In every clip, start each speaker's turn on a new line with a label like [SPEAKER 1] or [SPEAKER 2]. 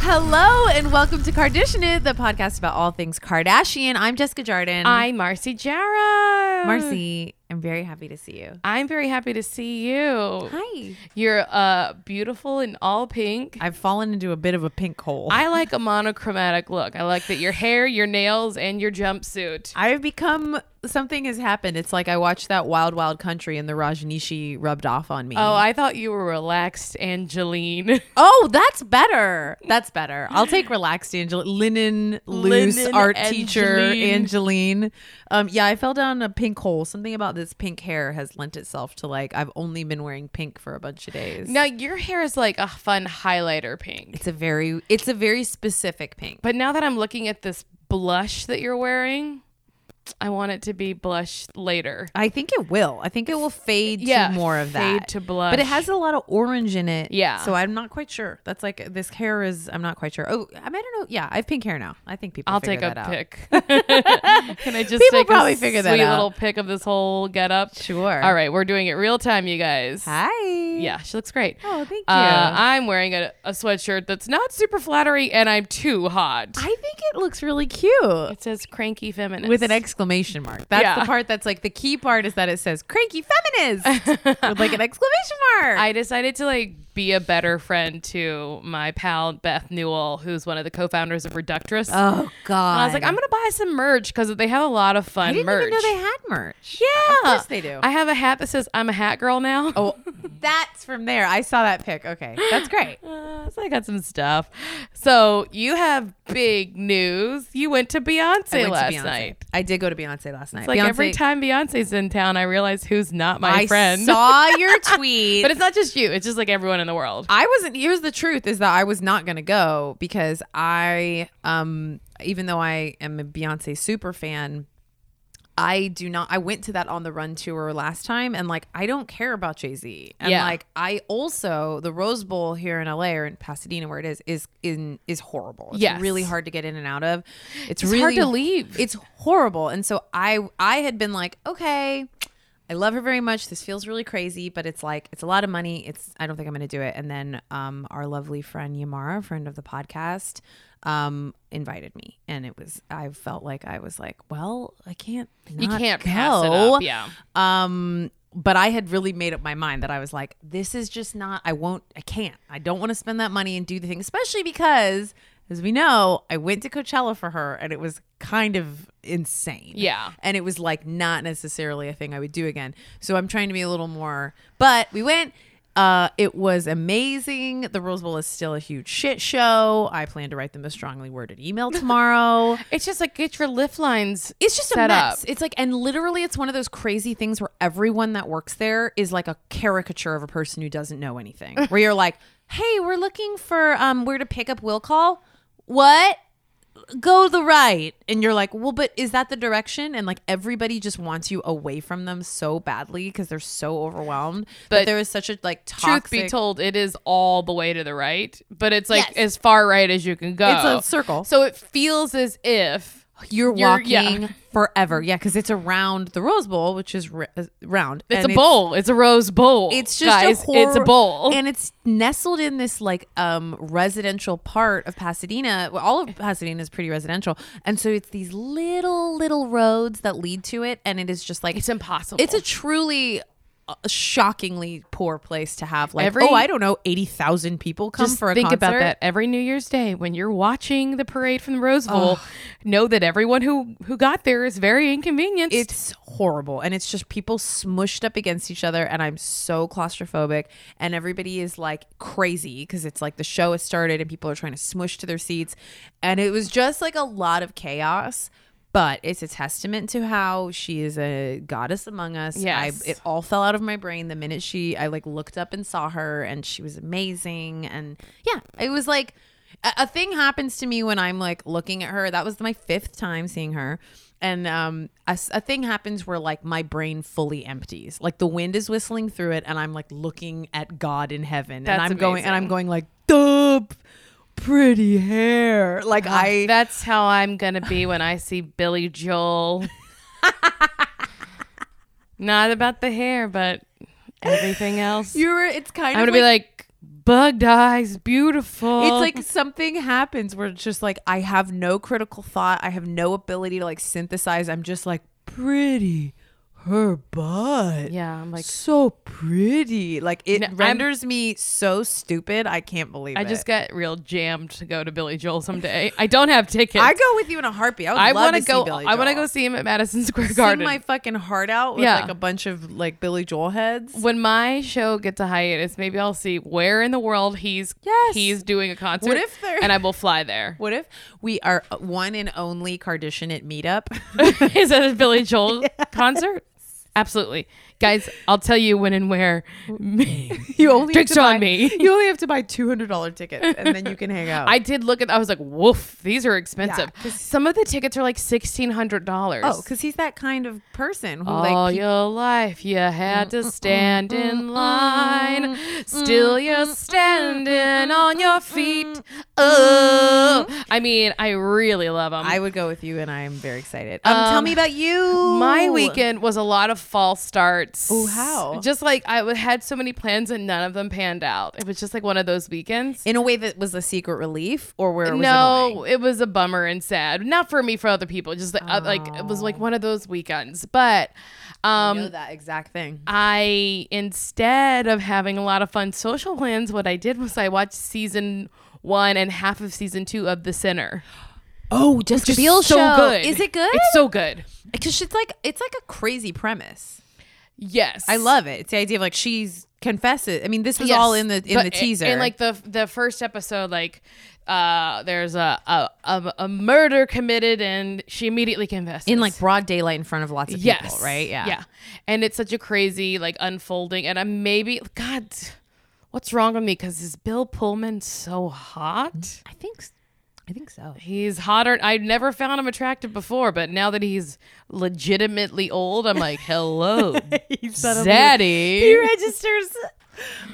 [SPEAKER 1] Hello and welcome to Kardashian It, the podcast about all things Kardashian. I'm Jessica Jardin.
[SPEAKER 2] I'm Marcy Jarrow.
[SPEAKER 1] Mm-hmm. Marcy. I'm very happy to see you.
[SPEAKER 2] I'm very happy to see you.
[SPEAKER 1] Hi.
[SPEAKER 2] You're uh, beautiful in all pink.
[SPEAKER 1] I've fallen into a bit of a pink hole.
[SPEAKER 2] I like a monochromatic look. I like that your hair, your nails, and your jumpsuit.
[SPEAKER 1] I've become something has happened. It's like I watched that Wild Wild Country and the Rajneeshi rubbed off on me.
[SPEAKER 2] Oh, I thought you were relaxed, Angeline.
[SPEAKER 1] Oh, that's better. That's better. I'll take relaxed Angela linen loose
[SPEAKER 2] Linen
[SPEAKER 1] art teacher
[SPEAKER 2] Angeline.
[SPEAKER 1] Angeline. Um yeah, I fell down a pink hole. Something about this pink hair has lent itself to like I've only been wearing pink for a bunch of days.
[SPEAKER 2] now your hair is like a fun highlighter pink.
[SPEAKER 1] It's a very it's a very specific pink.
[SPEAKER 2] But now that I'm looking at this blush that you're wearing, I want it to be blush later.
[SPEAKER 1] I think it will. I think it will fade
[SPEAKER 2] Yeah,
[SPEAKER 1] to more of
[SPEAKER 2] fade
[SPEAKER 1] that.
[SPEAKER 2] to blush.
[SPEAKER 1] But it has a lot of orange in it.
[SPEAKER 2] Yeah.
[SPEAKER 1] So I'm not quite sure. That's like this hair is I'm not quite sure. Oh, I, mean, I don't know. Yeah, I have pink hair now. I think people
[SPEAKER 2] I'll
[SPEAKER 1] figure
[SPEAKER 2] take a
[SPEAKER 1] that out.
[SPEAKER 2] pic. Can I just
[SPEAKER 1] People
[SPEAKER 2] take
[SPEAKER 1] probably
[SPEAKER 2] a
[SPEAKER 1] figure that
[SPEAKER 2] sweet
[SPEAKER 1] out.
[SPEAKER 2] little pic of this whole getup?
[SPEAKER 1] Sure.
[SPEAKER 2] All right, we're doing it real time, you guys.
[SPEAKER 1] Hi.
[SPEAKER 2] Yeah, she looks great.
[SPEAKER 1] Oh, thank you.
[SPEAKER 2] Uh, I'm wearing a, a sweatshirt that's not super flattering, and I'm too hot.
[SPEAKER 1] I think it looks really cute.
[SPEAKER 2] It says cranky feminist
[SPEAKER 1] With an exclamation mark. That's
[SPEAKER 2] Yeah.
[SPEAKER 1] the part that's like the key part is that it says cranky feminist with like an exclamation mark.
[SPEAKER 2] I decided to like be a better friend to my pal Beth Newell, who's one of the co-founders of Reductress. And
[SPEAKER 1] oh God.
[SPEAKER 2] I was like, I'm gonna buy some merch because they have a lot of fun
[SPEAKER 1] I didn't
[SPEAKER 2] merch.
[SPEAKER 1] even know they had merch.
[SPEAKER 2] yeah,
[SPEAKER 1] Of course they do.
[SPEAKER 2] I have a hat that says I'm a hat girl now.
[SPEAKER 1] Oh, that's from there. I saw that pic. Okay, that's great.
[SPEAKER 2] Uh, so I got some stuff. So you have big news. You went to Beyonce
[SPEAKER 1] I went to
[SPEAKER 2] last
[SPEAKER 1] Beyonce.
[SPEAKER 2] night.
[SPEAKER 1] I did go to Beyonce last night.
[SPEAKER 2] It's like
[SPEAKER 1] Beyonce,
[SPEAKER 2] every time Beyonce's in town, I realize who's not my
[SPEAKER 1] I
[SPEAKER 2] friend.
[SPEAKER 1] saw your tweet.
[SPEAKER 2] but it's not just you. It's just like everyone in the world.
[SPEAKER 1] I wasn't. Here's the truth: is that I was not going to go because I, um, even though I am a Beyonce super fan, I do not. I went to that on the run tour last time, and like I don't care about Jay Z, and
[SPEAKER 2] Yeah.
[SPEAKER 1] like I also the Rose Bowl here in LA or in Pasadena where it is is in is horrible. It's
[SPEAKER 2] Yes.
[SPEAKER 1] really hard to get in and out of. It's,
[SPEAKER 2] It's
[SPEAKER 1] really
[SPEAKER 2] hard to leave.
[SPEAKER 1] It's horrible, and so I I had been like, okay. I love her very much. This feels really crazy, but it's like it's a lot of money. It's I don't think I'm going to do it. And then um, our lovely friend Yamara, friend of the podcast, um, invited me, and it was I felt like I was like, well, I can't.
[SPEAKER 2] you
[SPEAKER 1] not
[SPEAKER 2] can't
[SPEAKER 1] go.
[SPEAKER 2] pass it up. Yeah.
[SPEAKER 1] Um, but I had really made up my mind that I was like, this is just not. I won't. I can't. I don't want to spend that money and do the thing, especially because, as we know, I went to Coachella for her, and it was kind of insane.
[SPEAKER 2] Yeah.
[SPEAKER 1] And it was like not necessarily a thing I would do again. So I'm trying to be a little more. But we went. Uh, it was amazing. The Rose Bowl is still a huge shit show. I plan to write them a strongly worded email tomorrow.
[SPEAKER 2] It's just like get your lift lines.
[SPEAKER 1] It's just
[SPEAKER 2] set
[SPEAKER 1] a mess.
[SPEAKER 2] Up.
[SPEAKER 1] It's like, and literally, it's one of those crazy things where everyone that works there is like a caricature of a person who doesn't know anything. where you're like, "Hey, we're looking for um, where to pick up will call. What? Go the right." And you're like, "Well, but is that the direction?" And like everybody just wants you away from them so badly because they're so overwhelmed. But,
[SPEAKER 2] But
[SPEAKER 1] there is such a like toxic.
[SPEAKER 2] Truth be told, it is all the way to the right, but it's like
[SPEAKER 1] Yes.
[SPEAKER 2] as far right as you can go.
[SPEAKER 1] It's a circle.
[SPEAKER 2] So it feels as if
[SPEAKER 1] you're
[SPEAKER 2] You're-
[SPEAKER 1] walking
[SPEAKER 2] yeah.
[SPEAKER 1] forever. Yeah, because it's around the Rose Bowl, which is r- uh, round.
[SPEAKER 2] it's
[SPEAKER 1] And
[SPEAKER 2] a bowl. It's a rose bowl.
[SPEAKER 1] It's just
[SPEAKER 2] guys.
[SPEAKER 1] a horror-
[SPEAKER 2] it's a bowl.
[SPEAKER 1] and it's nestled in this like um residential part of Pasadena. Well, all of Pasadena is pretty residential, and so it's these little little roads that lead to it, and it is just like
[SPEAKER 2] it's impossible.
[SPEAKER 1] it's a truly uh, shockingly poor place to have like
[SPEAKER 2] Every-
[SPEAKER 1] oh I don't know eighty thousand people come
[SPEAKER 2] Just
[SPEAKER 1] for a
[SPEAKER 2] think
[SPEAKER 1] concert.
[SPEAKER 2] about that every New Year's Day when you're watching the parade from the Rose Bowl. Know that everyone who who got there is very inconvenienced.
[SPEAKER 1] It's horrible. And it's just people smushed up against each other. And I'm so claustrophobic. And everybody is like crazy because it's like the show has started and people are trying to smush to their seats. And it was just like a lot of chaos. But it's a testament to how she is a goddess among us.
[SPEAKER 2] Yes.
[SPEAKER 1] I, it all fell out of my brain the minute she, I like looked up and saw her and she was amazing. And yeah, it was like, a a thing happens to me when I'm like looking at her. That was my fifth time seeing her. And um, a, s- a thing happens where like my brain fully empties. Like the wind is whistling through it, and I'm like looking at God in heaven, and
[SPEAKER 2] That's
[SPEAKER 1] I'm going and I'm
[SPEAKER 2] amazing.
[SPEAKER 1] going like, "Dup, pretty hair." Like I,
[SPEAKER 2] That's how I'm gonna be when I see Billy Joel. Not about the hair, but everything else.
[SPEAKER 1] you're. It's kind
[SPEAKER 2] I'm
[SPEAKER 1] of
[SPEAKER 2] gonna be like, bugged eyes, beautiful.
[SPEAKER 1] It's like something happens where it's just like I have no critical thought. I have no ability to like synthesize. I'm just like pretty her butt.
[SPEAKER 2] yeah, I'm like
[SPEAKER 1] so pretty. Like it
[SPEAKER 2] No, I'm-
[SPEAKER 1] renders me so stupid. I can't believe
[SPEAKER 2] I
[SPEAKER 1] it.
[SPEAKER 2] just got real jammed to go to Billy Joel someday. I don't have tickets.
[SPEAKER 1] I go with you in a heartbeat. I, would
[SPEAKER 2] I
[SPEAKER 1] love
[SPEAKER 2] want
[SPEAKER 1] to
[SPEAKER 2] to go.
[SPEAKER 1] See Billy
[SPEAKER 2] I want to
[SPEAKER 1] Joel.
[SPEAKER 2] go see him at Madison Square
[SPEAKER 1] Sing
[SPEAKER 2] Garden.
[SPEAKER 1] my fucking heart out with
[SPEAKER 2] Yeah.
[SPEAKER 1] like a bunch of like Billy Joel heads.
[SPEAKER 2] when my show gets a hiatus, maybe I'll see where in the world he's
[SPEAKER 1] Yes.
[SPEAKER 2] he's doing a concert.
[SPEAKER 1] What if they're-
[SPEAKER 2] and I will fly there.
[SPEAKER 1] What if we are one and only Cardician at meetup?
[SPEAKER 2] Is that a Billy Joel concert? Absolutely, guys. I'll tell you when and where.
[SPEAKER 1] you only have
[SPEAKER 2] Drinks
[SPEAKER 1] to
[SPEAKER 2] on
[SPEAKER 1] buy-
[SPEAKER 2] me.
[SPEAKER 1] You only have to buy two hundred dollar tickets, and then you can hang out.
[SPEAKER 2] I did look at. I was like, "Woof, these are expensive."
[SPEAKER 1] Yeah, 'cause-
[SPEAKER 2] Some of the tickets are like sixteen hundred dollars.
[SPEAKER 1] oh, because he's that kind of person who
[SPEAKER 2] All
[SPEAKER 1] like he-
[SPEAKER 2] your life you had to stand in line. Still you're standing on your feet. Oh, I mean, I really love them.
[SPEAKER 1] I would go with you, and I am very excited. Um, tell
[SPEAKER 2] Um,
[SPEAKER 1] me about you.
[SPEAKER 2] my weekend was a lot of false starts.
[SPEAKER 1] Ooh, how?
[SPEAKER 2] Just like I w- had so many plans and none of them panned out. It was just like one of those weekends.
[SPEAKER 1] in a way that was a secret relief, or where it was
[SPEAKER 2] no,
[SPEAKER 1] annoying?
[SPEAKER 2] it was a bummer and sad. Not for me, for other people. Just like, uh, like it was
[SPEAKER 1] Oh.
[SPEAKER 2] like one of those weekends. But
[SPEAKER 1] I
[SPEAKER 2] um,
[SPEAKER 1] know that exact thing.
[SPEAKER 2] I instead of having a lot of fun social plans, what I did was I watched season one and half of season two of The Sinner.
[SPEAKER 1] Oh, Jessica
[SPEAKER 2] Just
[SPEAKER 1] Biel
[SPEAKER 2] so
[SPEAKER 1] show.
[SPEAKER 2] good.
[SPEAKER 1] Is it good?
[SPEAKER 2] It's so good.
[SPEAKER 1] Because it's like it's like a crazy premise.
[SPEAKER 2] Yes,
[SPEAKER 1] I love it. It's the idea of like she's confesses. I mean, this was all in the in
[SPEAKER 2] But
[SPEAKER 1] the
[SPEAKER 2] i-
[SPEAKER 1] teaser.
[SPEAKER 2] In like the the first episode, like uh, there's a a, a a murder committed and she immediately confesses.
[SPEAKER 1] in like broad daylight in front of lots of people,
[SPEAKER 2] yes,
[SPEAKER 1] right? Yeah.
[SPEAKER 2] yeah. And it's such a crazy like unfolding. And I'm maybe God, what's wrong with me? Because is Bill Pullman so hot?
[SPEAKER 1] I think s- I think so.
[SPEAKER 2] He's hotter. I never found him attractive before, but now that he's legitimately old, I'm like, hello, daddy.
[SPEAKER 1] registers.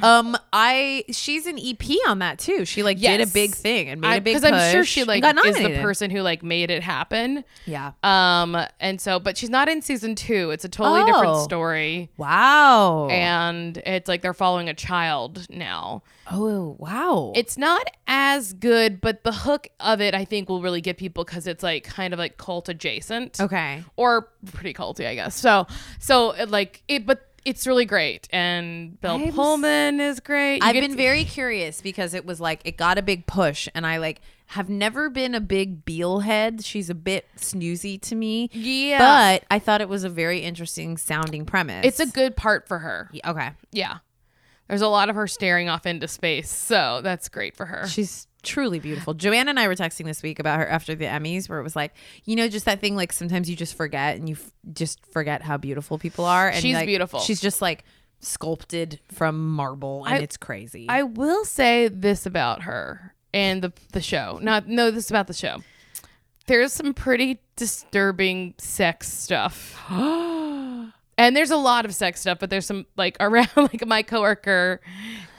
[SPEAKER 1] Um, I she's an EP on that too. She like did a
[SPEAKER 2] Yes.
[SPEAKER 1] big thing and made a big
[SPEAKER 2] Because I'm sure
[SPEAKER 1] push
[SPEAKER 2] she
[SPEAKER 1] and
[SPEAKER 2] like
[SPEAKER 1] got
[SPEAKER 2] is the
[SPEAKER 1] nominated.
[SPEAKER 2] person who like made it happen.
[SPEAKER 1] Yeah.
[SPEAKER 2] Um, and so, but she's not in season two. It's a totally different
[SPEAKER 1] Oh.
[SPEAKER 2] story,
[SPEAKER 1] Wow.
[SPEAKER 2] and it's like they're following a child now.
[SPEAKER 1] oh wow.
[SPEAKER 2] It's not as good, but the hook of it, I think, will really get people because it's like kind of like cult adjacent.
[SPEAKER 1] okay.
[SPEAKER 2] or pretty culty, I guess. So, so it, like it, but it's really great, and Bill
[SPEAKER 1] I'm s-
[SPEAKER 2] Pullman is great. You
[SPEAKER 1] I've
[SPEAKER 2] get
[SPEAKER 1] been
[SPEAKER 2] to-
[SPEAKER 1] very curious because it was like it got a big push, and I like have never been a big Beale head. She's a bit snoozy to me.
[SPEAKER 2] Yeah.
[SPEAKER 1] but I thought it was a very interesting sounding premise.
[SPEAKER 2] it's a good part for her.
[SPEAKER 1] okay.
[SPEAKER 2] Yeah, there's a lot of her staring off into space, so that's great for her.
[SPEAKER 1] She's truly beautiful. Joanne and I were texting this week about her after the Emmys, where it was like, you know, just that thing like sometimes you just forget and you f- just forget how beautiful people are. And
[SPEAKER 2] She's
[SPEAKER 1] like,
[SPEAKER 2] beautiful.
[SPEAKER 1] She's just like sculpted from marble, and it's crazy.
[SPEAKER 2] I will say this about her and the the show. Not no, this is about the show. There's some pretty disturbing sex stuff. And there's a lot of sex stuff, but there's some like around like my coworker,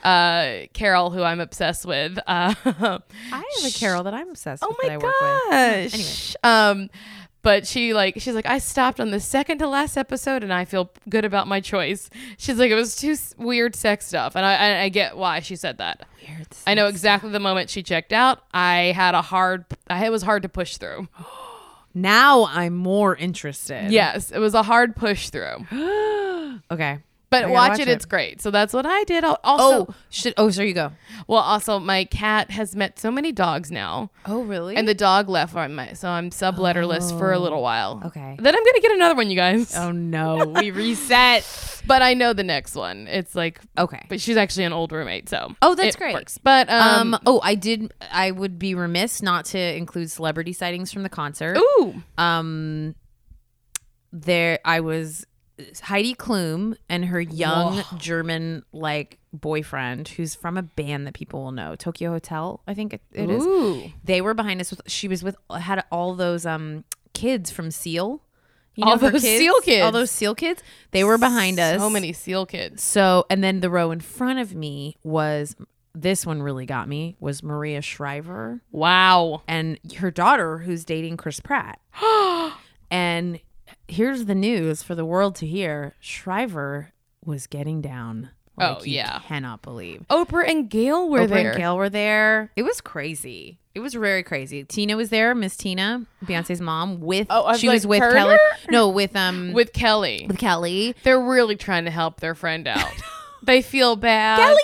[SPEAKER 2] uh, Carol, who I'm obsessed with. Uh,
[SPEAKER 1] I have a Carol that I'm obsessed
[SPEAKER 2] oh
[SPEAKER 1] with that
[SPEAKER 2] my
[SPEAKER 1] I work with.
[SPEAKER 2] gosh. Um, but she like she's like I stopped on the second to last episode, and I feel good about my choice. She's like it was too s- weird sex stuff, and I I, I get why she said that.
[SPEAKER 1] Weird.
[SPEAKER 2] I know exactly the moment she checked out. I had a hard. I, it was hard to push through.
[SPEAKER 1] Oh, Now I'm more interested.
[SPEAKER 2] Yes, it was a hard push through.
[SPEAKER 1] Okay. I
[SPEAKER 2] But
[SPEAKER 1] gotta
[SPEAKER 2] watch,
[SPEAKER 1] watch
[SPEAKER 2] it,
[SPEAKER 1] it.
[SPEAKER 2] It's great. So that's what I did. Al- Also,
[SPEAKER 1] Oh, should oh, there you go.
[SPEAKER 2] well, also my cat has met so many dogs now,
[SPEAKER 1] Oh, really? Oh.
[SPEAKER 2] and the dog left on my. So I'm subletterless for a little while.
[SPEAKER 1] Okay.
[SPEAKER 2] Then I'm gonna get another one, you guys.
[SPEAKER 1] oh no, we reset.
[SPEAKER 2] But I know the next one. It's like.
[SPEAKER 1] Okay.
[SPEAKER 2] But she's actually an old roommate, so
[SPEAKER 1] Oh, that's
[SPEAKER 2] it
[SPEAKER 1] great.
[SPEAKER 2] works. But um,
[SPEAKER 1] Um, oh, I did. I would be remiss not to include celebrity sightings from the concert.
[SPEAKER 2] ooh,
[SPEAKER 1] Um, there, I was Heidi Klum and her young German like boyfriend, who's from a band that people will know, Tokyo Hotel. I think it, it is.
[SPEAKER 2] ooh,
[SPEAKER 1] They were behind us. With, she was with had all those um kids from Seal. You
[SPEAKER 2] All
[SPEAKER 1] her
[SPEAKER 2] those Seal
[SPEAKER 1] All
[SPEAKER 2] kids.
[SPEAKER 1] those Seal kids. They were behind us.
[SPEAKER 2] so many seal kids.
[SPEAKER 1] So, and then the row in front of me was this one really got me was Maria Shriver
[SPEAKER 2] Wow.
[SPEAKER 1] and her daughter who's dating Chris Pratt. and here's the news for the world to hear. Shriver was getting down. Like,
[SPEAKER 2] Oh,
[SPEAKER 1] you
[SPEAKER 2] yeah.
[SPEAKER 1] cannot believe.
[SPEAKER 2] Oprah and Gail were
[SPEAKER 1] Oprah
[SPEAKER 2] there.
[SPEAKER 1] and Gail were there. It was crazy. It was very crazy. Tina was there, Miss Tina, Beyonce's mom, with
[SPEAKER 2] Oh, I was
[SPEAKER 1] she was
[SPEAKER 2] like,
[SPEAKER 1] with
[SPEAKER 2] Turner?
[SPEAKER 1] Kelly. No, with um with,
[SPEAKER 2] With Kelly.
[SPEAKER 1] Kelly.
[SPEAKER 2] They're really trying to help their friend out. they feel bad.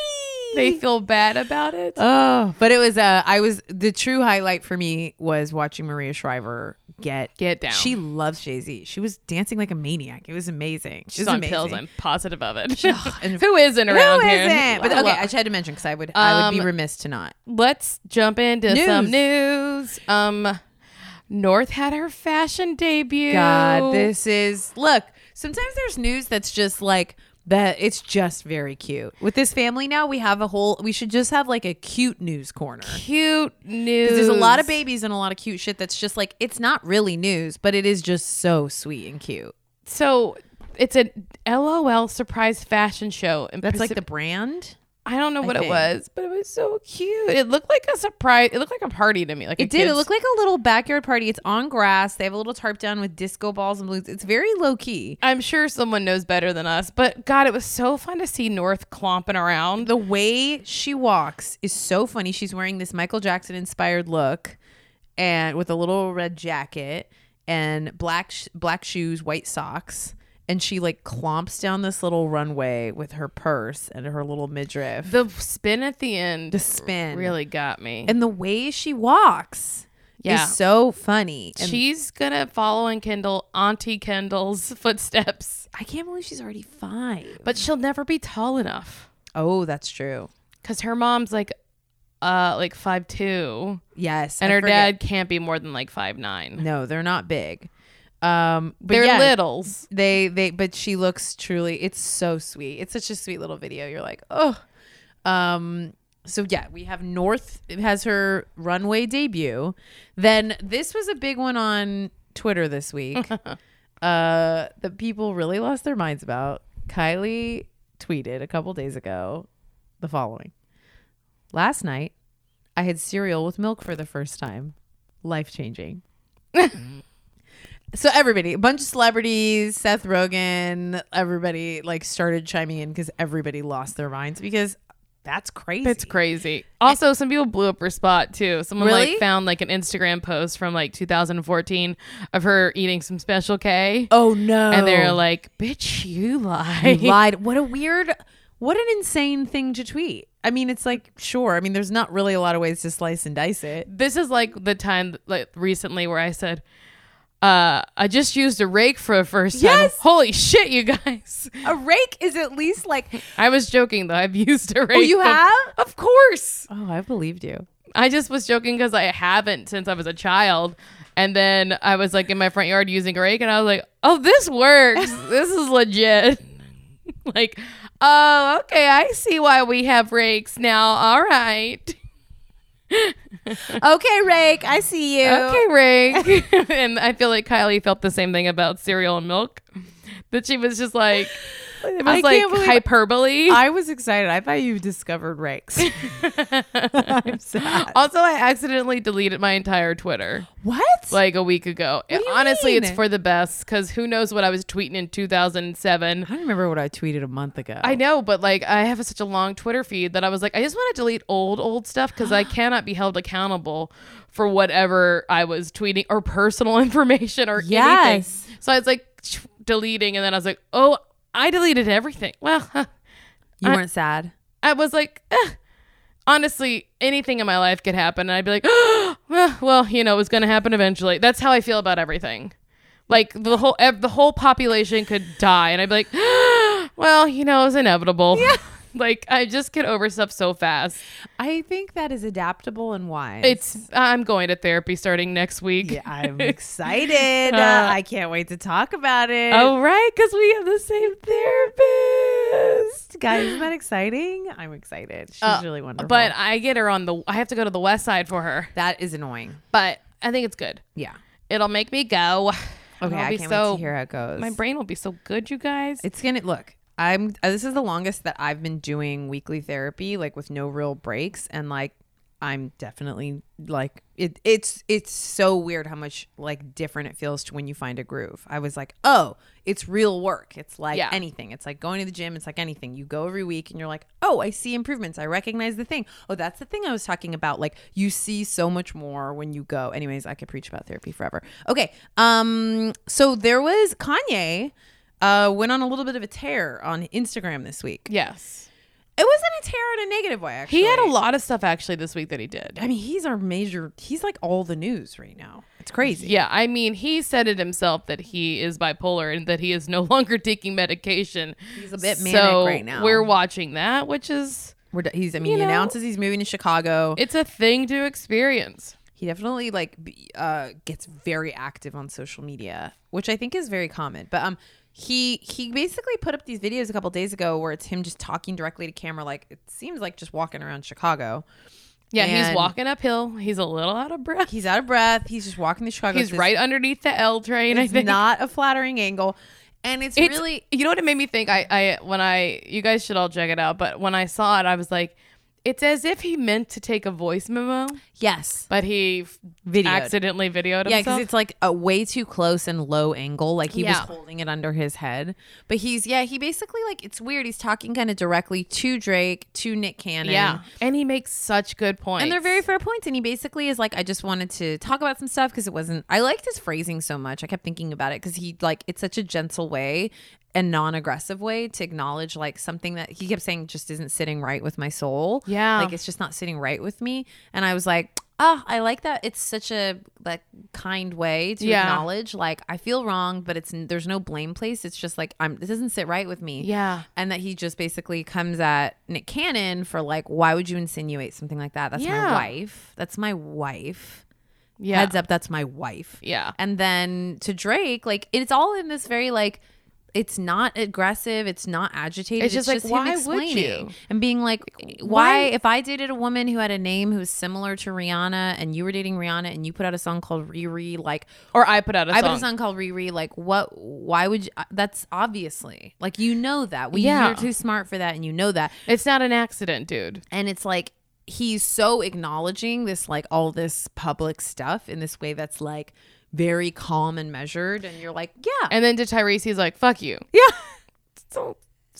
[SPEAKER 2] They feel bad about it.
[SPEAKER 1] Oh, but it was uh I was the true highlight for me was watching Maria Shriver get
[SPEAKER 2] Get down.
[SPEAKER 1] She loves Jay Z. She was dancing like a maniac. It was amazing. She's
[SPEAKER 2] She's on pills. I'm positive of it.
[SPEAKER 1] and-
[SPEAKER 2] Who isn't around
[SPEAKER 1] Who
[SPEAKER 2] here?
[SPEAKER 1] isn't? But
[SPEAKER 2] Wow.
[SPEAKER 1] okay, I just had to mention because I would I would be
[SPEAKER 2] Um,
[SPEAKER 1] remiss to not.
[SPEAKER 2] Let's jump into
[SPEAKER 1] News.
[SPEAKER 2] some news. Um, North had her fashion debut.
[SPEAKER 1] God, this is look. Sometimes there's news that's just like that. It's just very cute. With this family now, we have a whole. We should just have like a cute news corner.
[SPEAKER 2] cute news.
[SPEAKER 1] 'Cause There's a lot of babies and a lot of cute shit that's just like it's not really news, but it is just so sweet and cute.
[SPEAKER 2] so it's an LOL surprise fashion show. in
[SPEAKER 1] That's like
[SPEAKER 2] Pacific-
[SPEAKER 1] the brand.
[SPEAKER 2] I don't know what it
[SPEAKER 1] think.
[SPEAKER 2] was, but it was so cute. It looked like a surprise. It looked like a party to me. Like a
[SPEAKER 1] It did. It
[SPEAKER 2] kid's-
[SPEAKER 1] looked like a little backyard party. It's on grass. They have a little tarp down with disco balls and balloons. It's very low key.
[SPEAKER 2] I'm sure someone knows better than us, but God, it was so fun to see North clomping around.
[SPEAKER 1] The way she walks is so funny. She's wearing this Michael Jackson inspired look and with a little red jacket and black sh- black shoes, white socks, and she like clomps down this little runway with her purse and her little midriff.
[SPEAKER 2] The spin at the end
[SPEAKER 1] The spin.
[SPEAKER 2] really got me.
[SPEAKER 1] And the way she walks
[SPEAKER 2] Yeah.
[SPEAKER 1] is so funny. And
[SPEAKER 2] She's gonna follow in Kendall, Auntie Kendall's footsteps,
[SPEAKER 1] I can't believe she's already five.
[SPEAKER 2] but she'll never be tall enough
[SPEAKER 1] Oh, that's true.
[SPEAKER 2] because her mom's like, uh, like five two,
[SPEAKER 1] Yes.
[SPEAKER 2] and
[SPEAKER 1] I
[SPEAKER 2] her
[SPEAKER 1] forget.
[SPEAKER 2] dad can't be more than like five nine.
[SPEAKER 1] No, they're not big. Um, but
[SPEAKER 2] They're
[SPEAKER 1] yeah,
[SPEAKER 2] littles.
[SPEAKER 1] They they but she looks truly. It's so sweet. It's such a sweet little video. You're like oh, um. So yeah, we have North has her runway debut. Then this was a big one on Twitter this week. uh, that people really lost their minds about. Kylie tweeted a couple days ago the following: Last night, I had cereal with milk for the first time. Life changing. So everybody, a bunch of celebrities, Seth Rogen, everybody like started chiming in because everybody lost their minds because that's crazy.
[SPEAKER 2] It's crazy. Also, some people blew up her spot too. Someone
[SPEAKER 1] Really?
[SPEAKER 2] like found like an Instagram post from like 2014 of her eating some Special K,
[SPEAKER 1] oh no!
[SPEAKER 2] and they're like, "Bitch, you
[SPEAKER 1] You
[SPEAKER 2] lied."
[SPEAKER 1] lied. What a weird, what an insane thing to tweet. I mean, it's like sure. I mean, there's not really a lot of ways to slice and dice it.
[SPEAKER 2] this is like the time like recently where I said, uh, I just used a rake for the first time.
[SPEAKER 1] Yes!
[SPEAKER 2] Holy shit, you guys.
[SPEAKER 1] A rake is at least like.
[SPEAKER 2] I was joking though. I've used a rake.
[SPEAKER 1] Oh, you
[SPEAKER 2] bef-
[SPEAKER 1] have?
[SPEAKER 2] Of course.
[SPEAKER 1] Oh, I believed you.
[SPEAKER 2] I just was joking because I haven't since I was a child. And then I was like in my front yard using a rake and I was like, oh, this works. this is legit. like, oh, okay. I see why we have rakes now. All right.
[SPEAKER 1] Okay, rake. I see you.
[SPEAKER 2] okay, Rick. and I feel like Kylie felt the same thing about cereal and milk. That she was just like, it was
[SPEAKER 1] I
[SPEAKER 2] like
[SPEAKER 1] can't believe-
[SPEAKER 2] hyperbole.
[SPEAKER 1] I was excited. I thought you discovered rakes. I'm sad.
[SPEAKER 2] also, I accidentally deleted my entire Twitter
[SPEAKER 1] What?
[SPEAKER 2] like a week ago.
[SPEAKER 1] do you
[SPEAKER 2] Honestly, it's
[SPEAKER 1] mean?
[SPEAKER 2] for the best because who knows what I was tweeting in 2007.
[SPEAKER 1] I don't remember what I tweeted a month ago.
[SPEAKER 2] I know, but like I have such a long Twitter feed that I was like, I just want to delete old, old stuff because I cannot be held accountable for whatever I was tweeting or personal information or
[SPEAKER 1] Yes.
[SPEAKER 2] anything. So I was like sh- deleting, and then I was like, oh, I deleted everything. Well, huh.
[SPEAKER 1] you
[SPEAKER 2] I-
[SPEAKER 1] weren't sad.
[SPEAKER 2] I was like, eh. honestly, anything in my life could happen, and I'd be like, well, well, you know, it was going to happen eventually. That's how I feel about everything. Like the whole ev- the whole population could die, and I'd be like, well, you know, it was inevitable. Yeah. Like I just get over stuff so fast.
[SPEAKER 1] I think that is adaptable and wise.
[SPEAKER 2] It's I'm going to therapy starting next week.
[SPEAKER 1] Yeah, I'm excited.
[SPEAKER 2] Uh,
[SPEAKER 1] I can't wait to talk about it.
[SPEAKER 2] Oh right, because we have the same therapist.
[SPEAKER 1] guys, isn't that exciting? I'm excited. She's really wonderful.
[SPEAKER 2] But I get her on the. I have to go to the west side for her.
[SPEAKER 1] that is annoying.
[SPEAKER 2] But I think it's good.
[SPEAKER 1] Yeah.
[SPEAKER 2] It'll make me go.
[SPEAKER 1] Okay,
[SPEAKER 2] I'll
[SPEAKER 1] I
[SPEAKER 2] be
[SPEAKER 1] can't
[SPEAKER 2] so-
[SPEAKER 1] wait to hear how it goes.
[SPEAKER 2] My brain will be so good, you guys.
[SPEAKER 1] It's gonna look. I'm. uh, This is the longest that I've been doing weekly therapy, like with no real breaks, and like I'm definitely like it. It's it's so weird how much like different it feels to when you find a groove. I was like, oh, it's real work. It's like
[SPEAKER 2] Yeah.
[SPEAKER 1] anything. It's like going to the gym. It's like anything. You go every week and you're like, oh, I see improvements. I recognize the thing. Oh, that's the thing I was talking about. Like you see so much more when you go. Anyways, I could preach about therapy forever. Okay. Um. So there was Kanye. Uh, went on a little bit of a tear on Instagram this week.
[SPEAKER 2] Yes.
[SPEAKER 1] It wasn't a tear in a negative way. Actually,
[SPEAKER 2] He had a lot of stuff actually this week that he did.
[SPEAKER 1] I mean, he's our major. He's like all the news right now. It's crazy.
[SPEAKER 2] Yeah, I mean, he said it himself that he is bipolar and that he is no longer taking medication.
[SPEAKER 1] He's a bit
[SPEAKER 2] so
[SPEAKER 1] manic right now.
[SPEAKER 2] We're watching that, which is
[SPEAKER 1] We're, d- he's. I mean,
[SPEAKER 2] You
[SPEAKER 1] he
[SPEAKER 2] know-
[SPEAKER 1] announces he's moving to Chicago.
[SPEAKER 2] it's a thing to experience.
[SPEAKER 1] he definitely like be- uh, gets very active on social media, which I think is very common. But um, he he basically put up these videos a couple days ago where it's him just talking directly to camera, like it seems like just walking around Chicago.
[SPEAKER 2] Yeah,
[SPEAKER 1] And-
[SPEAKER 2] he's walking uphill. He's a little out of breath.
[SPEAKER 1] He's out of breath. He's just walking to Chicago.
[SPEAKER 2] He's
[SPEAKER 1] This
[SPEAKER 2] right underneath the L train. I
[SPEAKER 1] is
[SPEAKER 2] think
[SPEAKER 1] not a flattering angle, and it's,
[SPEAKER 2] It's-
[SPEAKER 1] really
[SPEAKER 2] You know what it made me think? I, I when I you guys should all check it out. But when I saw it, I was like, it's as if he meant to take a voice memo,
[SPEAKER 1] yes,
[SPEAKER 2] but he f-
[SPEAKER 1] Videoed.
[SPEAKER 2] accidentally videoed
[SPEAKER 1] Yeah,
[SPEAKER 2] himself.
[SPEAKER 1] because it's like a way too close and low angle. Like he was
[SPEAKER 2] Yeah.
[SPEAKER 1] holding it under his head, but he's yeah. He basically like it's weird. He's talking kind of directly to Drake, to Nick Cannon.
[SPEAKER 2] yeah, and he makes such good points.
[SPEAKER 1] And they're very fair points. And he basically is like, I just wanted to talk about some stuff because it wasn't. I liked his phrasing so much. I kept thinking about it because he like it's such a gentle way and non-aggressive way to acknowledge like something that he kept saying just isn't sitting right with my soul.
[SPEAKER 2] Yeah.
[SPEAKER 1] like it's just not sitting right with me. And I was like. Ah, I like that. It's such a like kind way to
[SPEAKER 2] Yeah.
[SPEAKER 1] acknowledge, like I feel wrong, but it's there's no blame place. It's just like I'm. This doesn't sit right with me
[SPEAKER 2] yeah.
[SPEAKER 1] and that he just basically comes at Nick Cannon for like, why would you insinuate something like that? That's my
[SPEAKER 2] Yeah.
[SPEAKER 1] wife. That's my wife.
[SPEAKER 2] Yeah.
[SPEAKER 1] Heads up, that's my wife.
[SPEAKER 2] Yeah.
[SPEAKER 1] And then to Drake, like it's all in this very like, it's not aggressive. It's not agitated.
[SPEAKER 2] It's just like,
[SPEAKER 1] him
[SPEAKER 2] why would you?
[SPEAKER 1] explaining And being like, why, If I dated a woman who had a name who was similar to Rihanna, and you were dating Rihanna, and you put out a song called Riri, like
[SPEAKER 2] Or I put out a
[SPEAKER 1] I
[SPEAKER 2] song.
[SPEAKER 1] put a song called Riri. Like, what? Why would you? uh, That's obviously like you know that. We,
[SPEAKER 2] Yeah.
[SPEAKER 1] You're too smart for that, and you know that.
[SPEAKER 2] It's not an accident, dude.
[SPEAKER 1] And it's like he's so acknowledging this, like all this public stuff in this way that's like very calm and measured. And you're like, yeah,
[SPEAKER 2] And then to Tyrese, he's like, "Fuck you."
[SPEAKER 1] yeah.
[SPEAKER 2] Don't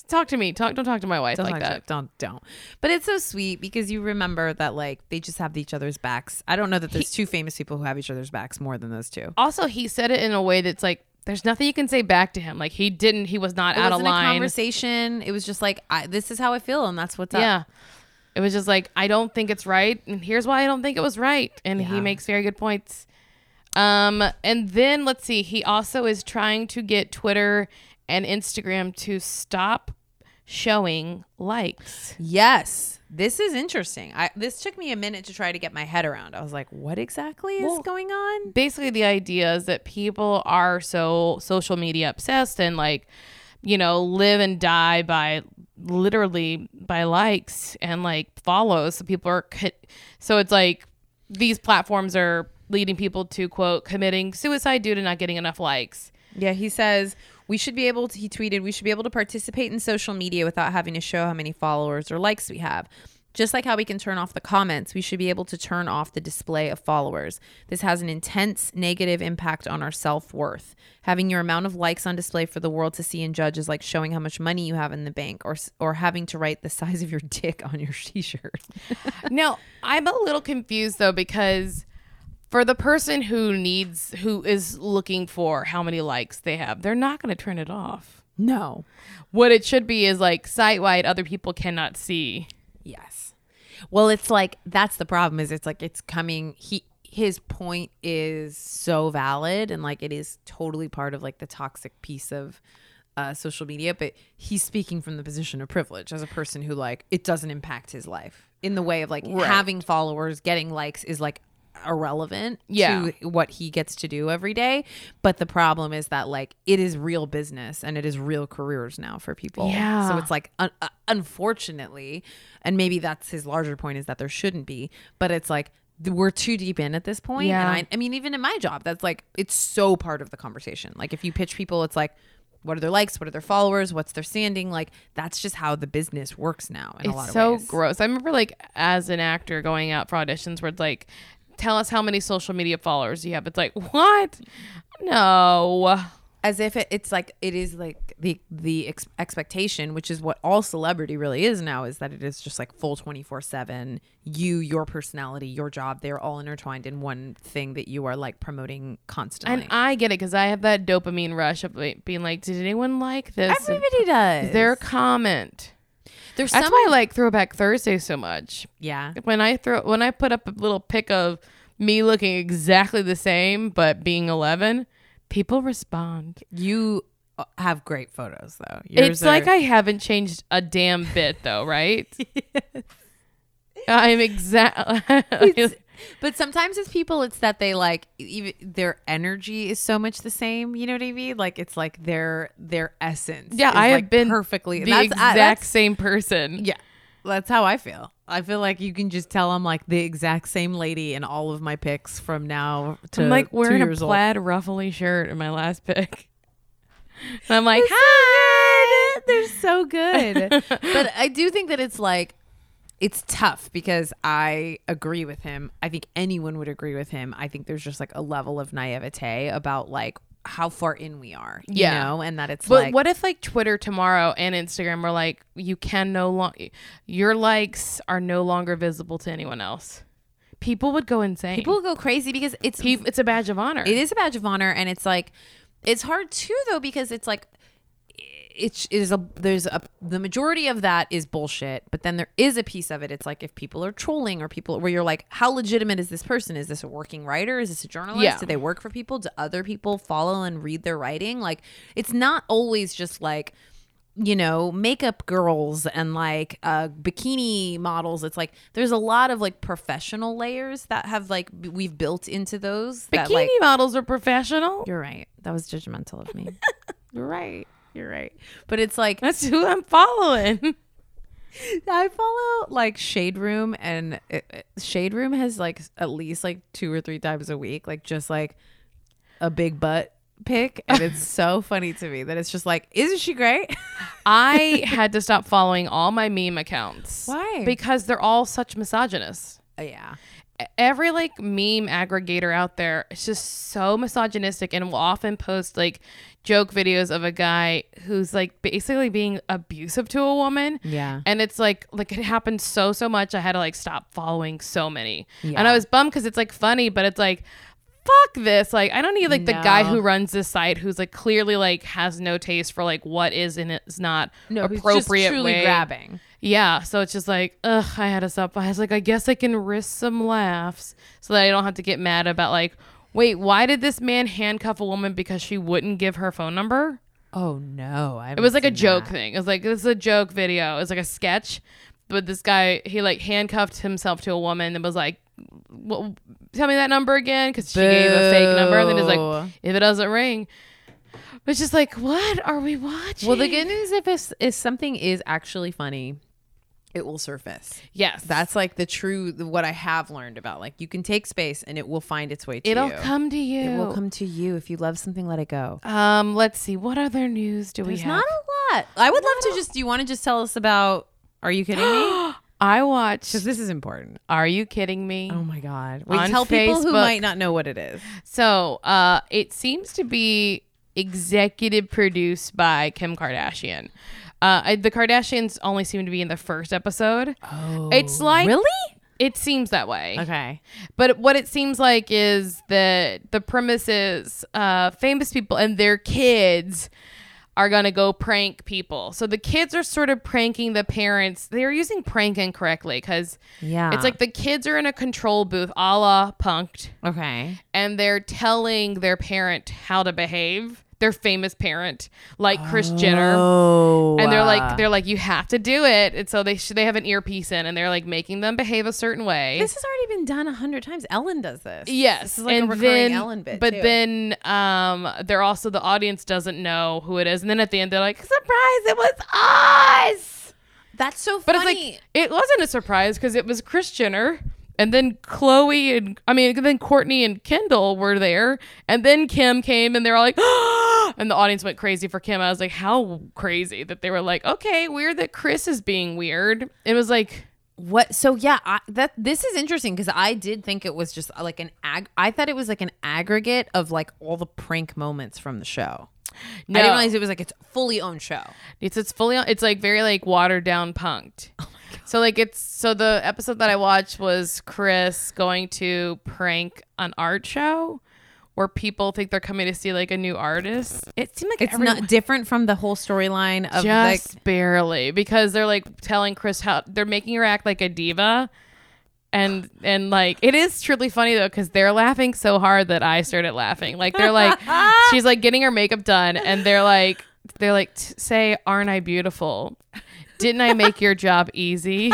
[SPEAKER 2] talk to me. Talk. Don't talk to my wife like
[SPEAKER 1] Don't talk
[SPEAKER 2] that.
[SPEAKER 1] shit. Don't don't. But it's so sweet because you remember that like they just have each other's backs. I don't know that there's two famous people who have each other's backs more than those two.
[SPEAKER 2] Also, he said it in a way that's like, "There's nothing you can say back to him." Like he didn't. He was not
[SPEAKER 1] It
[SPEAKER 2] out
[SPEAKER 1] wasn't
[SPEAKER 2] of
[SPEAKER 1] a
[SPEAKER 2] line.
[SPEAKER 1] conversation. It was just like I, this is how I feel, and that's what's up.
[SPEAKER 2] Yeah. It was just like, I don't think it's right. And here's why I don't think it was right. And
[SPEAKER 1] Yeah.
[SPEAKER 2] he makes very good points. Um, and then let's see, he also is trying to get Twitter and Instagram to stop showing likes.
[SPEAKER 1] Yes, this is interesting. I this took me a minute to try to get my head around. I was like, what exactly is
[SPEAKER 2] Well-
[SPEAKER 1] going on?
[SPEAKER 2] Basically, the idea is that people are so social media obsessed and like, you know, live and die by literally by likes and like follows. So people are, co- so it's like these platforms are leading people to quote committing suicide due to not getting enough likes.
[SPEAKER 1] Yeah, he says we should be able to. He tweeted, we should be able to participate in social media without having to show how many followers or likes we have. Just like how we can turn off the comments, we should be able to turn off the display of followers. This has an intense negative impact on our self worth. Having your amount of likes on display for the world to see and judge is like showing how much money you have in the bank, or s- or having to write the size of your dick on your t-shirt.
[SPEAKER 2] now, I'm a little confused though because for the person who needs who is looking for how many likes they have, they're not going to turn it off.
[SPEAKER 1] No,
[SPEAKER 2] What it should be is like site wide other people cannot see.
[SPEAKER 1] Yes. Well, it's like that's the problem is it's like it's coming he his point is so valid and like it is totally part of like the toxic piece of uh, social media, but he's speaking from the position of privilege as a person who like it doesn't impact his life in the way of like having followers, getting likes is like irrelevant
[SPEAKER 2] Yeah.
[SPEAKER 1] to what he gets to do every day. But the problem is that like it is real business and it is real careers now for people.
[SPEAKER 2] Yeah.
[SPEAKER 1] So it's like un- uh, unfortunately, and maybe that's his larger point is that there shouldn't be, but it's like th- we're too deep in at this point.
[SPEAKER 2] Yeah.
[SPEAKER 1] And I, I mean, even in my job, that's like it's so part of the conversation. Like if you pitch people, it's like what are their likes? What are their followers? What's their standing? Like that's just how the business works now in a lot
[SPEAKER 2] It's
[SPEAKER 1] of
[SPEAKER 2] so
[SPEAKER 1] ways.
[SPEAKER 2] gross. I remember like as an actor going out for auditions where it's like, tell us how many social media followers you have. It's like, what? No.
[SPEAKER 1] as if it, it's like it is like the the ex- expectation which is what all celebrity really is now is that it is just like full 24/7 you your personality your job they're all intertwined in one thing that you are like promoting constantly
[SPEAKER 2] And I get it because I have that dopamine rush of like, being like, did anyone like this?
[SPEAKER 1] everybody does
[SPEAKER 2] Is there a comment?
[SPEAKER 1] there's
[SPEAKER 2] That's
[SPEAKER 1] some
[SPEAKER 2] why I like Throwback Thursday so much.
[SPEAKER 1] yeah
[SPEAKER 2] When I throw, when I put up a little pic of me looking exactly the same but being 11, people respond.
[SPEAKER 1] you uh, have great photos though Yours
[SPEAKER 2] it's like
[SPEAKER 1] are-
[SPEAKER 2] I haven't changed a damn bit though, right? I'm exactly.
[SPEAKER 1] but sometimes it's people it's that they like e, even their energy is so much the same you know what i mean like it's like their their essence
[SPEAKER 2] Yeah,
[SPEAKER 1] is,
[SPEAKER 2] I have
[SPEAKER 1] like,
[SPEAKER 2] been
[SPEAKER 1] perfectly
[SPEAKER 2] the
[SPEAKER 1] that's- I-
[SPEAKER 2] exact
[SPEAKER 1] that's-
[SPEAKER 2] same person.
[SPEAKER 1] Yeah. That's how I feel. I feel like you can just tell I'm like the exact same lady in all of my pics from now to
[SPEAKER 2] I'm like wearing
[SPEAKER 1] two
[SPEAKER 2] a
[SPEAKER 1] years
[SPEAKER 2] plaid ruffly shirt in my last pic. And I'm like, hi.
[SPEAKER 1] old. They're so good. but I do think that it's like it's tough because I agree with him. I think anyone would agree with him. I think there's just like a level of naivete about like how far in we are, you
[SPEAKER 2] Yeah.
[SPEAKER 1] know, and that it's
[SPEAKER 2] But
[SPEAKER 1] like
[SPEAKER 2] what if like Twitter tomorrow and Instagram are like you can no longer your likes are no longer visible to anyone else? People would go insane.
[SPEAKER 1] people go crazy because it's
[SPEAKER 2] Pe- it's a badge of honor.
[SPEAKER 1] It is a badge of honor, and it's like it's hard too though because it's like it is a there's a the majority of that is bullshit, but then there is a piece of it. It's like if people are trolling or people where you're like, how legitimate is this person? Is this a working writer? Is this a journalist?
[SPEAKER 2] Yeah.
[SPEAKER 1] Do they work for people? Do other people follow and read their writing? Like it's not always just like you know makeup girls and like uh bikini models it's like there's a lot of like professional layers that have like b- we've built into those that
[SPEAKER 2] Bikini
[SPEAKER 1] like
[SPEAKER 2] models are professional.
[SPEAKER 1] you're right. That was judgmental of me.
[SPEAKER 2] You're right. You're right.
[SPEAKER 1] but it's like
[SPEAKER 2] That's who I'm following.
[SPEAKER 1] I follow like Shade Room and it, it- Shade Room has like s- at least like two or three times a week like just like a big butt pic and it's so funny to me that it's just like isn't she great?
[SPEAKER 2] I had to stop following all my meme accounts.
[SPEAKER 1] Why?
[SPEAKER 2] Because they're all such misogynists.
[SPEAKER 1] Uh, yeah.
[SPEAKER 2] every like meme aggregator out there is just so misogynistic and will often post like joke videos of a guy who's like basically being abusive to a woman
[SPEAKER 1] Yeah.
[SPEAKER 2] and it's like like it happened so so much i had to like stop following so many and
[SPEAKER 1] Yeah.
[SPEAKER 2] i was bummed because it's like funny but it's like fuck this like i don't need like the guy
[SPEAKER 1] No.
[SPEAKER 2] who runs this site who's like clearly like has no taste for like what is and is not
[SPEAKER 1] No, who's just
[SPEAKER 2] appropriate
[SPEAKER 1] truly
[SPEAKER 2] way.
[SPEAKER 1] grabbing.
[SPEAKER 2] Yeah, so it's just like, ugh, I had to stop. I was like, I guess I can risk some laughs so that I don't have to get mad about like, wait, why did this man handcuff a woman because she wouldn't give her phone number?
[SPEAKER 1] Oh no. I
[SPEAKER 2] It was like a joke thing. It was like this is a joke video. It was like a sketch, but this guy he like handcuffed himself to a woman and was like, well, "Tell me that number again," because she gave a fake number. And then he's
[SPEAKER 1] Boo.
[SPEAKER 2] like, "If it doesn't ring," it's just like, what are we watching?
[SPEAKER 1] Well, the good news if it's, if something is actually funny, it will surface.
[SPEAKER 2] yes,
[SPEAKER 1] That's like the true what I have learned about. Like you can take space and it will find its way to
[SPEAKER 2] it'll
[SPEAKER 1] you. Oh,
[SPEAKER 2] come to you.
[SPEAKER 1] It will come to you if you love something. Let it go.
[SPEAKER 2] Um, let's see. What other news do
[SPEAKER 1] There's
[SPEAKER 2] we have?
[SPEAKER 1] not a lot. I would love to just. Do you want to just tell us about? Are you kidding me?
[SPEAKER 2] I watched.
[SPEAKER 1] Because this is important.
[SPEAKER 2] Are you kidding me?
[SPEAKER 1] Oh my god. We
[SPEAKER 2] On
[SPEAKER 1] tell people who
[SPEAKER 2] Facebook.
[SPEAKER 1] might not know what it is.
[SPEAKER 2] So, uh, it seems to be executive produced by Kim Kardashian. Uh, I, the Kardashians only seem to be in the first episode.
[SPEAKER 1] Oh,
[SPEAKER 2] It's like-
[SPEAKER 1] really
[SPEAKER 2] It seems that way.
[SPEAKER 1] okay.
[SPEAKER 2] But what it seems like is that the premise is uh, famous people and their kids are going to go prank people. So the kids are sort of pranking the parents. They're using prank incorrectly because
[SPEAKER 1] Yeah.
[SPEAKER 2] It's like the kids are in a control booth, a la punked,
[SPEAKER 1] okay.
[SPEAKER 2] and they're telling their parent how to behave. Their famous parent, like Chris Jenner,
[SPEAKER 1] Oh.
[SPEAKER 2] and they're like, they're like, you have to do it. And so they sh- they have an earpiece in, and they're like making them behave a certain way.
[SPEAKER 1] this has already been done a hundred times. Ellen does this.
[SPEAKER 2] yes,
[SPEAKER 1] is like a
[SPEAKER 2] and
[SPEAKER 1] recurring
[SPEAKER 2] then,
[SPEAKER 1] Ellen bit,
[SPEAKER 2] But
[SPEAKER 1] too.
[SPEAKER 2] then, um, they're also the audience doesn't know who it is, and then at the end they're like, surprise, it was us.
[SPEAKER 1] That's so
[SPEAKER 2] But
[SPEAKER 1] funny.
[SPEAKER 2] it's like it wasn't a surprise because it was Chris Jenner, and then Chloe and I mean then Courtney and Kendall were there, and then Kim came, and they're all like, and the audience went crazy for Kim. I was like, how crazy that they were like, okay, weird that Chris is being weird. It was like,
[SPEAKER 1] What? So yeah, I, that this is interesting because I did think it was just uh, like an ag. I thought it was like an aggregate of like all the prank moments from the show. I
[SPEAKER 2] no,
[SPEAKER 1] didn't realize it was like its fully own show.
[SPEAKER 2] it's it's fully it's like very like watered down punked. So like it's so the episode that I watched was Chris going to prank an art show where people think they're coming to see like a new artist. It seemed like
[SPEAKER 1] It's
[SPEAKER 2] everyone-
[SPEAKER 1] not different from the whole storyline of like
[SPEAKER 2] just barely because they're like telling Chris how they're making her act like a diva. And and like it is truly funny though because they're laughing so hard that I started laughing. Like they're like she's like getting her makeup done and they're like they're like "T- say aren't I beautiful? Didn't I make your job easy?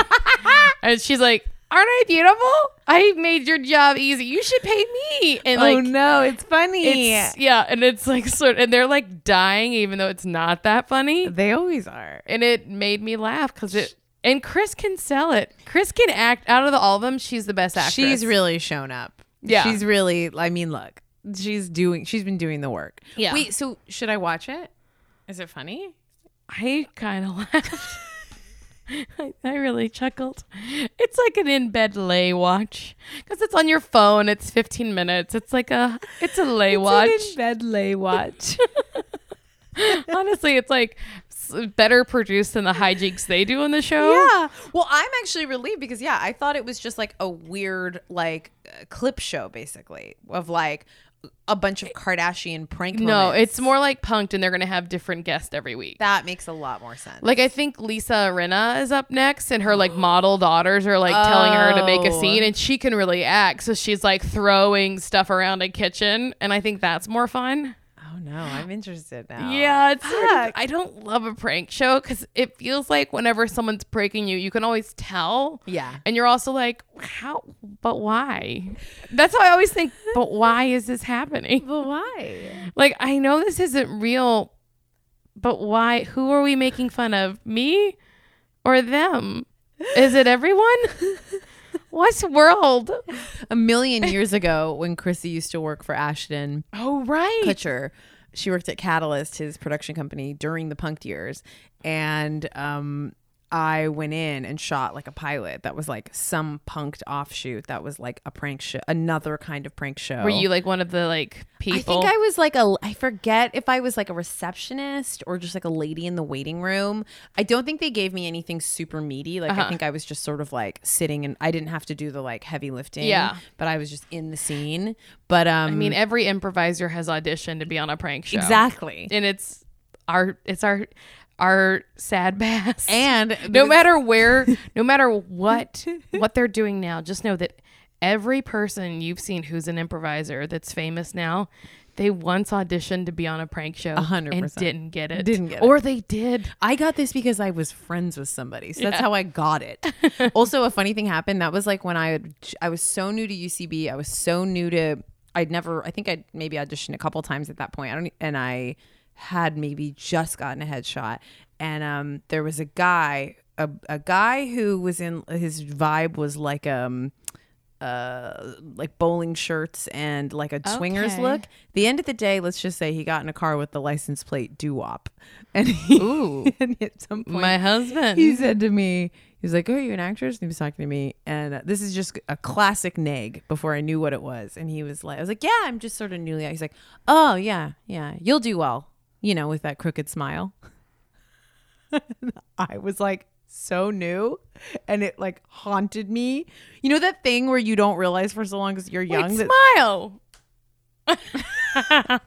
[SPEAKER 2] and she's like aren't I beautiful? I made your job easy. You should pay me. And like
[SPEAKER 1] Oh, no, it's funny.
[SPEAKER 2] it's, yeah, and it's like sort and they're like dying even though it's not that funny
[SPEAKER 1] they always are.
[SPEAKER 2] and it made me laugh because it and Chris can sell it. Chris can act out of the, all of them. She's the best actress.
[SPEAKER 1] She's really shown up.
[SPEAKER 2] Yeah.
[SPEAKER 1] she's really. I mean, look, she's doing. She's been doing the work.
[SPEAKER 2] Yeah.
[SPEAKER 1] Wait. So should I watch it? Is it funny?
[SPEAKER 2] I kind of laughed. I, I really chuckled. It's like an in bed lay watch because it's on your phone. It's 15 minutes. It's like a it's a lay watch.
[SPEAKER 1] bed lay watch.
[SPEAKER 2] Honestly, it's like s- better produced than the hijinks they do on the show.
[SPEAKER 1] Yeah. Well, I'm actually relieved because yeah, I thought it was just like a weird like uh, clip show basically of like a bunch of Kardashian prank.
[SPEAKER 2] No,
[SPEAKER 1] moments.
[SPEAKER 2] it's more like punked, and they're gonna have different guests every week.
[SPEAKER 1] that makes a lot more sense.
[SPEAKER 2] Like I think Lisa Rinna is up next, and her like model daughters are like telling her to make a
[SPEAKER 1] Oh.
[SPEAKER 2] scene, and she can really act, so she's like throwing stuff around a kitchen, and I think that's more fun.
[SPEAKER 1] oh no, I'm interested now.
[SPEAKER 2] Yeah, it's sort of-
[SPEAKER 1] Fuck.
[SPEAKER 2] I don't love a prank show because it feels like whenever someone's pranking you, you can always tell.
[SPEAKER 1] Yeah.
[SPEAKER 2] and you're also like, how? But why? That's how I always think. But why is this happening?
[SPEAKER 1] But why?
[SPEAKER 2] Like I know this isn't real, but why? Who are we making fun of? Me or them? Is it everyone? What's world?
[SPEAKER 1] A million years ago, when Chrissy used to work for Ashton
[SPEAKER 2] Oh right.
[SPEAKER 1] Kutcher, she worked at Catalyst, his production company, during the Punked years, and um, I went in and shot like a pilot that was like some punked offshoot that was like a prank show, another kind of prank show.
[SPEAKER 2] Were you like one of the like
[SPEAKER 1] I
[SPEAKER 2] people?
[SPEAKER 1] think I was like a I forget if I was like a receptionist or just like a lady in the waiting room. I don't think they gave me anything super meaty. Like
[SPEAKER 2] Uh-huh.
[SPEAKER 1] I think I was just sort of like sitting and I didn't have to do the like heavy lifting.
[SPEAKER 2] Yeah.
[SPEAKER 1] But I was just in the scene. But um
[SPEAKER 2] I mean, every improviser has auditioned to be on a prank show.
[SPEAKER 1] Exactly.
[SPEAKER 2] And it's our it's our our sad bass.
[SPEAKER 1] And
[SPEAKER 2] no matter where, no matter what what they're doing now, just know that every person you've seen who's an improviser that's famous now, they once auditioned to be on a prank show
[SPEAKER 1] hundred
[SPEAKER 2] and
[SPEAKER 1] percent.
[SPEAKER 2] didn't get it.
[SPEAKER 1] Didn't get it.
[SPEAKER 2] or they did.
[SPEAKER 1] I got this because I was friends with somebody. So that's how I got it. also, a funny thing happened. That was like when I had, I was so new to UCB. I was so new to I'd never I think I'd maybe auditioned a couple times at that point. I don't e, and I had maybe just gotten a headshot. And um there was a guy a, a guy who was in his vibe was like um uh like bowling shirts and like a swingers
[SPEAKER 2] Okay.
[SPEAKER 1] look. The end of the day, let's just say he got in a car with the license plate doo wop. And he
[SPEAKER 2] Ooh.
[SPEAKER 1] and at some point
[SPEAKER 2] My husband.
[SPEAKER 1] he said to me, he was like, "Oh, are you an actress?" And he was talking to me, and uh, this is just a classic nag. Before I knew what it was, and he was like, "I was like, yeah, I'm just sort of newly." out." He's like, "Oh yeah, yeah, you'll do well, you know, with that crooked smile." I was like so new, and it like haunted me. You know that thing where you don't realize for so long because you're young
[SPEAKER 2] Wait,
[SPEAKER 1] that
[SPEAKER 2] smile.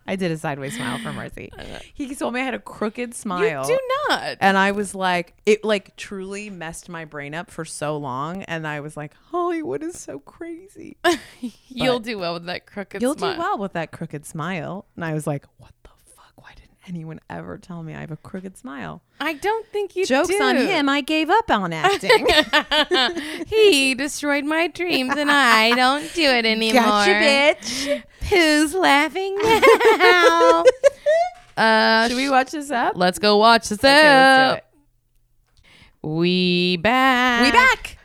[SPEAKER 1] I did a sideways smile for Mercy. He told me I had a crooked
[SPEAKER 2] You
[SPEAKER 1] smile.
[SPEAKER 2] do not.
[SPEAKER 1] And I was like, it like truly messed my brain up for so long. And I was like, Hollywood is so crazy.
[SPEAKER 2] You'll do well with that crooked
[SPEAKER 1] You'll
[SPEAKER 2] smile.
[SPEAKER 1] do well with that crooked smile. And I was like, what the fuck? Why didn't anyone ever tell me I have a crooked smile?
[SPEAKER 2] I don't think you
[SPEAKER 1] Jokes on
[SPEAKER 2] do.
[SPEAKER 1] him. I gave up on acting.
[SPEAKER 2] he destroyed my dreams and I don't do it anymore.
[SPEAKER 1] gotcha, bitch.
[SPEAKER 2] Who's laughing now? uh,
[SPEAKER 1] Should we watch this up?
[SPEAKER 2] let's go watch this
[SPEAKER 1] Okay,
[SPEAKER 2] up.
[SPEAKER 1] let's do
[SPEAKER 2] We back.
[SPEAKER 1] it. We back.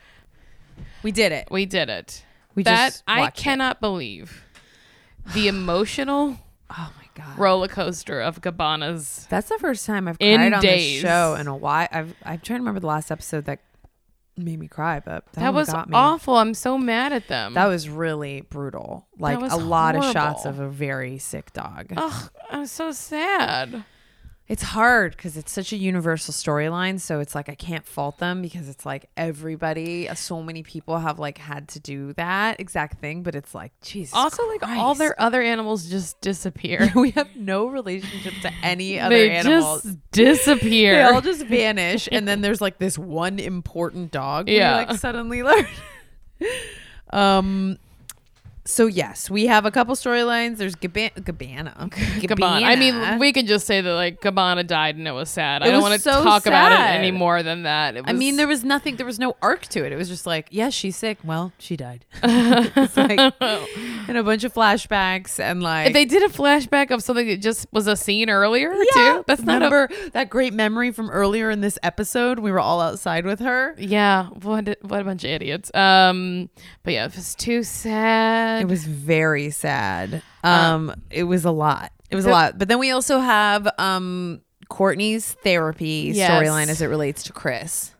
[SPEAKER 1] We did it.
[SPEAKER 2] We did it.
[SPEAKER 1] We
[SPEAKER 2] that
[SPEAKER 1] just
[SPEAKER 2] I
[SPEAKER 1] watched it.
[SPEAKER 2] cannot believe the emotional
[SPEAKER 1] Oh my God.
[SPEAKER 2] roller coaster of Gabbana's.
[SPEAKER 1] That's the first time I've
[SPEAKER 2] In
[SPEAKER 1] cried on this
[SPEAKER 2] days.
[SPEAKER 1] show in a while. I've I'm trying to remember the last episode that made me cry, but that,
[SPEAKER 2] That
[SPEAKER 1] one
[SPEAKER 2] was
[SPEAKER 1] got me.
[SPEAKER 2] awful. I'm so mad at them.
[SPEAKER 1] That was really brutal. Like
[SPEAKER 2] was
[SPEAKER 1] a lot of shots of
[SPEAKER 2] horrible. Oh.
[SPEAKER 1] a very sick dog.
[SPEAKER 2] Ugh, I'm so sad.
[SPEAKER 1] It's hard because it's such a universal storyline. So it's like I can't fault them because it's like everybody, uh, so many people have like had to do that exact thing. But it's like Jesus.
[SPEAKER 2] also, like all
[SPEAKER 1] Christ.
[SPEAKER 2] their other animals just disappear.
[SPEAKER 1] we have no relationship to any other
[SPEAKER 2] they
[SPEAKER 1] animals.
[SPEAKER 2] just
[SPEAKER 1] they
[SPEAKER 2] disappear.
[SPEAKER 1] all just vanish, and then there's like this one important dog. we,
[SPEAKER 2] Yeah.
[SPEAKER 1] like suddenly learn. um. So yes, we have a couple storylines. There's Gaban- Gabbana.
[SPEAKER 2] Gabbana. I mean,
[SPEAKER 1] Gabbana.
[SPEAKER 2] we could just say that like Gabbana died and it was sad. I
[SPEAKER 1] It
[SPEAKER 2] don't
[SPEAKER 1] was
[SPEAKER 2] want to
[SPEAKER 1] so
[SPEAKER 2] talk about it
[SPEAKER 1] sad.
[SPEAKER 2] any more than that. It
[SPEAKER 1] I mean,
[SPEAKER 2] was-
[SPEAKER 1] there was nothing. There was no arc to it. It was just like, yes, she's sick. Well, she died. it's like, and a bunch of flashbacks and like.
[SPEAKER 2] they did a flashback of something that just was a scene earlier
[SPEAKER 1] yeah,
[SPEAKER 2] too. That's not a
[SPEAKER 1] remember that great memory from earlier in this episode. We were all outside with her.
[SPEAKER 2] yeah. What a- what a bunch of idiots. Um, but yeah, it was too sad.
[SPEAKER 1] It was very sad. Um, it was a lot. It was a lot. But then we also have um Courtney's therapy
[SPEAKER 2] Yes.
[SPEAKER 1] storyline as it relates to Chris.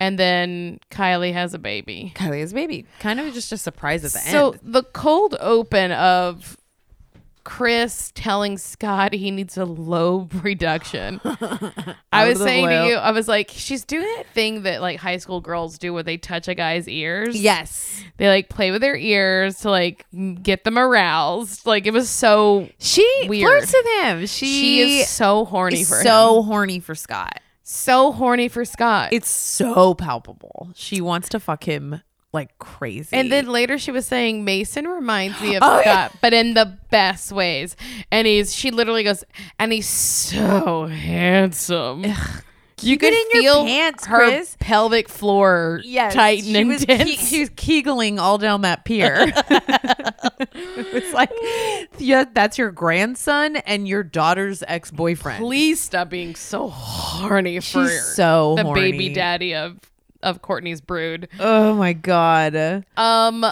[SPEAKER 2] and then Kylie has a baby.
[SPEAKER 1] Kylie has a baby. Kind of just a surprise at the
[SPEAKER 2] So
[SPEAKER 1] end.
[SPEAKER 2] the cold open of Chris telling Scott he needs a lobe reduction. I
[SPEAKER 1] Out
[SPEAKER 2] was
[SPEAKER 1] of the
[SPEAKER 2] saying to
[SPEAKER 1] blue.
[SPEAKER 2] you, I was like, she's doing that thing that like high school girls do where they touch a guy's ears.
[SPEAKER 1] Yes.
[SPEAKER 2] They like play with their ears to like m- get them aroused. Like it was so
[SPEAKER 1] She
[SPEAKER 2] Weird.
[SPEAKER 1] flirts with him. She,
[SPEAKER 2] she is so horny
[SPEAKER 1] is
[SPEAKER 2] for
[SPEAKER 1] so
[SPEAKER 2] him.
[SPEAKER 1] horny for Scott.
[SPEAKER 2] So horny for Scott.
[SPEAKER 1] It's so palpable. She wants to fuck him like crazy.
[SPEAKER 2] And then later she was saying Mason reminds me of
[SPEAKER 1] Oh,
[SPEAKER 2] Scott,
[SPEAKER 1] yeah.
[SPEAKER 2] but in the best ways. And he's she literally goes, and he's so handsome. You
[SPEAKER 1] Keep it
[SPEAKER 2] could
[SPEAKER 1] in your
[SPEAKER 2] feel
[SPEAKER 1] pants,
[SPEAKER 2] her
[SPEAKER 1] Chris.
[SPEAKER 2] pelvic floor
[SPEAKER 1] yes,
[SPEAKER 2] tighten
[SPEAKER 1] she
[SPEAKER 2] and
[SPEAKER 1] was
[SPEAKER 2] tense.
[SPEAKER 1] Ke- she was keegling all down that pier. it's like, yeah, that's your grandson and your daughter's ex boyfriend.
[SPEAKER 2] Please stop being so horny for
[SPEAKER 1] She's so
[SPEAKER 2] the
[SPEAKER 1] horny.
[SPEAKER 2] baby daddy of of Courtney's brood.
[SPEAKER 1] Oh my god.
[SPEAKER 2] Um,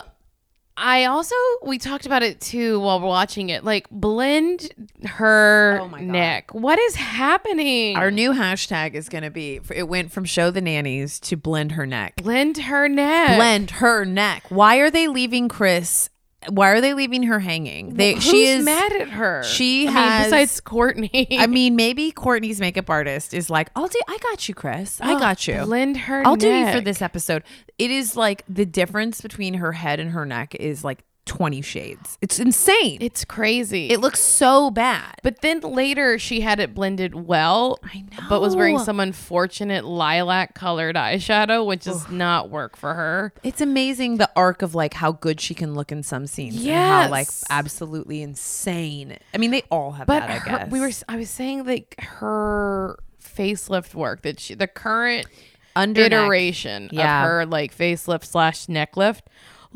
[SPEAKER 2] I also we talked about it too while we're watching it. Like blend her
[SPEAKER 1] Oh my God.
[SPEAKER 2] neck. What is happening?
[SPEAKER 1] Our new hashtag is going to be it went from show the nannies to blend her neck.
[SPEAKER 2] blend her neck.
[SPEAKER 1] Blend her neck. Why are they leaving Chris? Why are they leaving her hanging? They
[SPEAKER 2] Who's
[SPEAKER 1] she is
[SPEAKER 2] mad at her.
[SPEAKER 1] she
[SPEAKER 2] I
[SPEAKER 1] has-
[SPEAKER 2] mean, besides Courtney.
[SPEAKER 1] I mean, maybe Courtney's makeup artist is like, I'll do, I got you, Chris.
[SPEAKER 2] Oh,
[SPEAKER 1] I got you.
[SPEAKER 2] Blend her.
[SPEAKER 1] I'll do you for
[SPEAKER 2] neck.
[SPEAKER 1] this episode. It is like the difference between her head and her neck is like 20 shades. It's insane. It,
[SPEAKER 2] It's crazy.
[SPEAKER 1] looks so bad.
[SPEAKER 2] but then later she had it blended well.
[SPEAKER 1] I know.
[SPEAKER 2] But was wearing some unfortunate lilac colored eyeshadow, which does not work for her.
[SPEAKER 1] It's amazing the arc of like how good she can look in some scenes and how like
[SPEAKER 2] Yes.
[SPEAKER 1] absolutely insane. I mean, they all have
[SPEAKER 2] But
[SPEAKER 1] that, I
[SPEAKER 2] her-
[SPEAKER 1] guess.
[SPEAKER 2] we were. I was saying like her facelift work that she, the current
[SPEAKER 1] under neck.
[SPEAKER 2] iteration
[SPEAKER 1] Yeah.
[SPEAKER 2] of her like facelift slash neck lift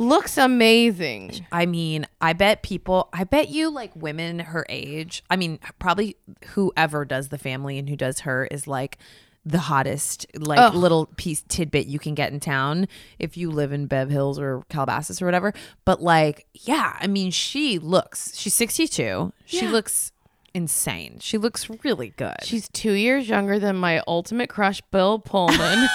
[SPEAKER 2] looks amazing.
[SPEAKER 1] I mean, I bet people, I bet you like women her age, I mean, probably whoever does the family and who does her is like the hottest like little piece tidbit you can get in town if you live in Bev Hills or Calabasas or whatever. But like, yeah, I mean, she looks, she's 62. She looks insane. She looks really good.
[SPEAKER 2] She's two years younger than my ultimate crush, Bill Pullman.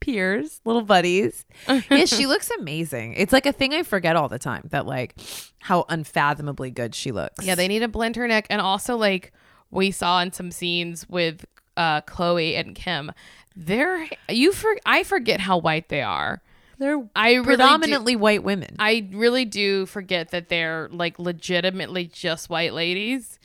[SPEAKER 1] peers, little buddies. yeah, she looks amazing. It's like a thing I forget all the time that like how unfathomably good she looks.
[SPEAKER 2] yeah, they need to blend her neck. And also, like, we saw in some scenes with uh, Chloe and Kim, they're, you, for, I forget how white they are.
[SPEAKER 1] they're
[SPEAKER 2] I really do-
[SPEAKER 1] predominantly white women.
[SPEAKER 2] I really do forget that they're like legitimately just white ladies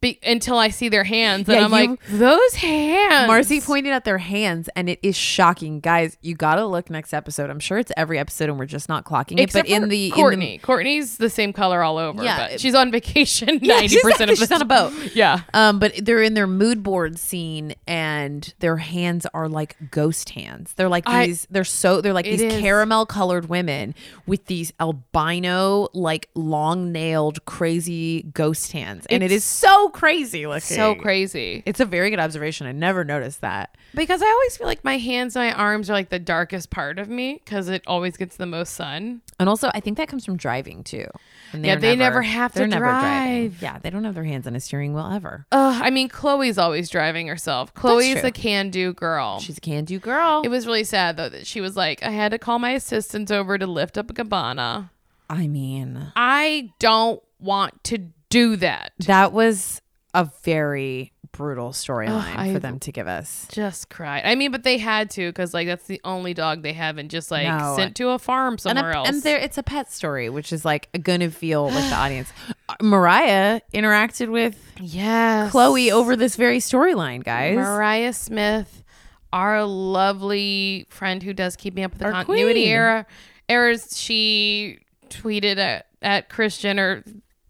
[SPEAKER 2] Be- until I see their hands. And
[SPEAKER 1] Yeah,
[SPEAKER 2] I'm
[SPEAKER 1] you-
[SPEAKER 2] like, those hands.
[SPEAKER 1] Marcy pointed out their hands, and it is shocking, guys. You gotta look next episode. I'm sure it's every episode, and we're just not clocking
[SPEAKER 2] Except
[SPEAKER 1] it. But in
[SPEAKER 2] for
[SPEAKER 1] the in the-
[SPEAKER 2] Courtney, Courtney's the same color all over,
[SPEAKER 1] Yeah,
[SPEAKER 2] but
[SPEAKER 1] it-
[SPEAKER 2] she's on vacation
[SPEAKER 1] yeah,
[SPEAKER 2] ninety
[SPEAKER 1] she's,
[SPEAKER 2] percent
[SPEAKER 1] actually-
[SPEAKER 2] of the
[SPEAKER 1] she's on a
[SPEAKER 2] time.
[SPEAKER 1] boat.
[SPEAKER 2] Yeah,
[SPEAKER 1] Um, but they're in their mood board scene, and their hands are like ghost hands. They're like
[SPEAKER 2] I-
[SPEAKER 1] these. They're so. They're like
[SPEAKER 2] It
[SPEAKER 1] these
[SPEAKER 2] is.
[SPEAKER 1] caramel colored women with these albino, like long nailed, crazy ghost hands, and it's,
[SPEAKER 2] It's-
[SPEAKER 1] so crazy looking.
[SPEAKER 2] So crazy.
[SPEAKER 1] It's a very good observation. I never noticed that.
[SPEAKER 2] Because I always feel like my hands and my arms are like the darkest part of me because it always gets the most sun.
[SPEAKER 1] And also, I think that comes from driving too. And
[SPEAKER 2] Yeah,
[SPEAKER 1] are
[SPEAKER 2] they never have to
[SPEAKER 1] they're never driving.
[SPEAKER 2] drive.
[SPEAKER 1] Yeah, they don't have their hands on a steering wheel ever.
[SPEAKER 2] Ugh, I mean, Chloe's always driving herself. Chloe's
[SPEAKER 1] true.
[SPEAKER 2] a can do girl.
[SPEAKER 1] She's a can-do girl.
[SPEAKER 2] it was really sad though that she was like, I had to call my assistant over to lift up a cabana.
[SPEAKER 1] I mean,
[SPEAKER 2] I don't want to do that.
[SPEAKER 1] that was a very brutal
[SPEAKER 2] I-
[SPEAKER 1] storyline for them to give us.
[SPEAKER 2] Just cried. I mean, but they had to because like that's the only dog they have and just like
[SPEAKER 1] No.
[SPEAKER 2] sent to a farm
[SPEAKER 1] And, a,
[SPEAKER 2] somewhere else.
[SPEAKER 1] and there, it's a pet story, which is like gonna feel with the audience. Uh, Mariah interacted with
[SPEAKER 2] yes.
[SPEAKER 1] Chloe over this very storyline, guys.
[SPEAKER 2] Mariah Smith, our lovely friend who does keep me up with the
[SPEAKER 1] Our
[SPEAKER 2] continuity
[SPEAKER 1] queen.
[SPEAKER 2] era errors. She tweeted at, at Christian or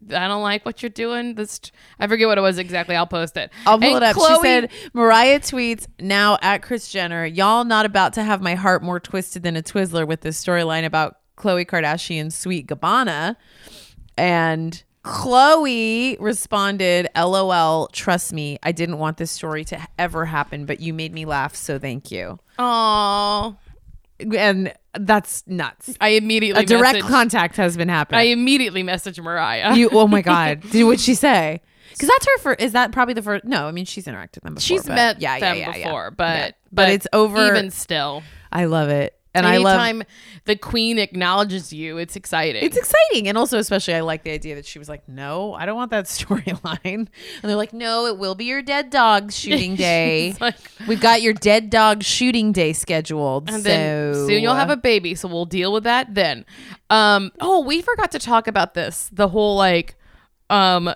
[SPEAKER 2] I don't like what you're doing. This I forget what it was exactly. I'll post it.
[SPEAKER 1] I'll pull
[SPEAKER 2] And
[SPEAKER 1] it up.
[SPEAKER 2] Chloe-
[SPEAKER 1] She said, Mariah tweets now at Chris Jenner, y'all not about to have my heart more twisted than a Twizzler with this storyline about Khloe Kardashian's sweet Gabbana. And Chloe responded, LOL, trust me, I didn't want this story to ever happen, but you made me laugh, so thank you.
[SPEAKER 2] "Aw."
[SPEAKER 1] And that's nuts.
[SPEAKER 2] I immediately
[SPEAKER 1] A direct
[SPEAKER 2] messaged-
[SPEAKER 1] contact has been happening.
[SPEAKER 2] I immediately messaged Mariah.
[SPEAKER 1] you, oh my God. Did what she say? Because that's her first. Is that probably the first? No, I mean she's interacted with them before.
[SPEAKER 2] She's
[SPEAKER 1] but-
[SPEAKER 2] met
[SPEAKER 1] yeah, yeah,
[SPEAKER 2] them
[SPEAKER 1] yeah, yeah.
[SPEAKER 2] before, but,
[SPEAKER 1] Yeah.
[SPEAKER 2] but
[SPEAKER 1] it's over.
[SPEAKER 2] Even still,
[SPEAKER 1] I love it. And I love
[SPEAKER 2] anytime the queen acknowledges you, it's exciting.
[SPEAKER 1] it's exciting. And also especially I like the idea that she was like, No, I don't want that storyline. And they're like, No, it will be your dead dog shooting day.
[SPEAKER 2] It's like,
[SPEAKER 1] We've got your dead dog shooting day scheduled.
[SPEAKER 2] And then
[SPEAKER 1] so
[SPEAKER 2] soon you'll have a baby, so we'll deal with that then. Um, oh, we forgot to talk about this. The whole like, um,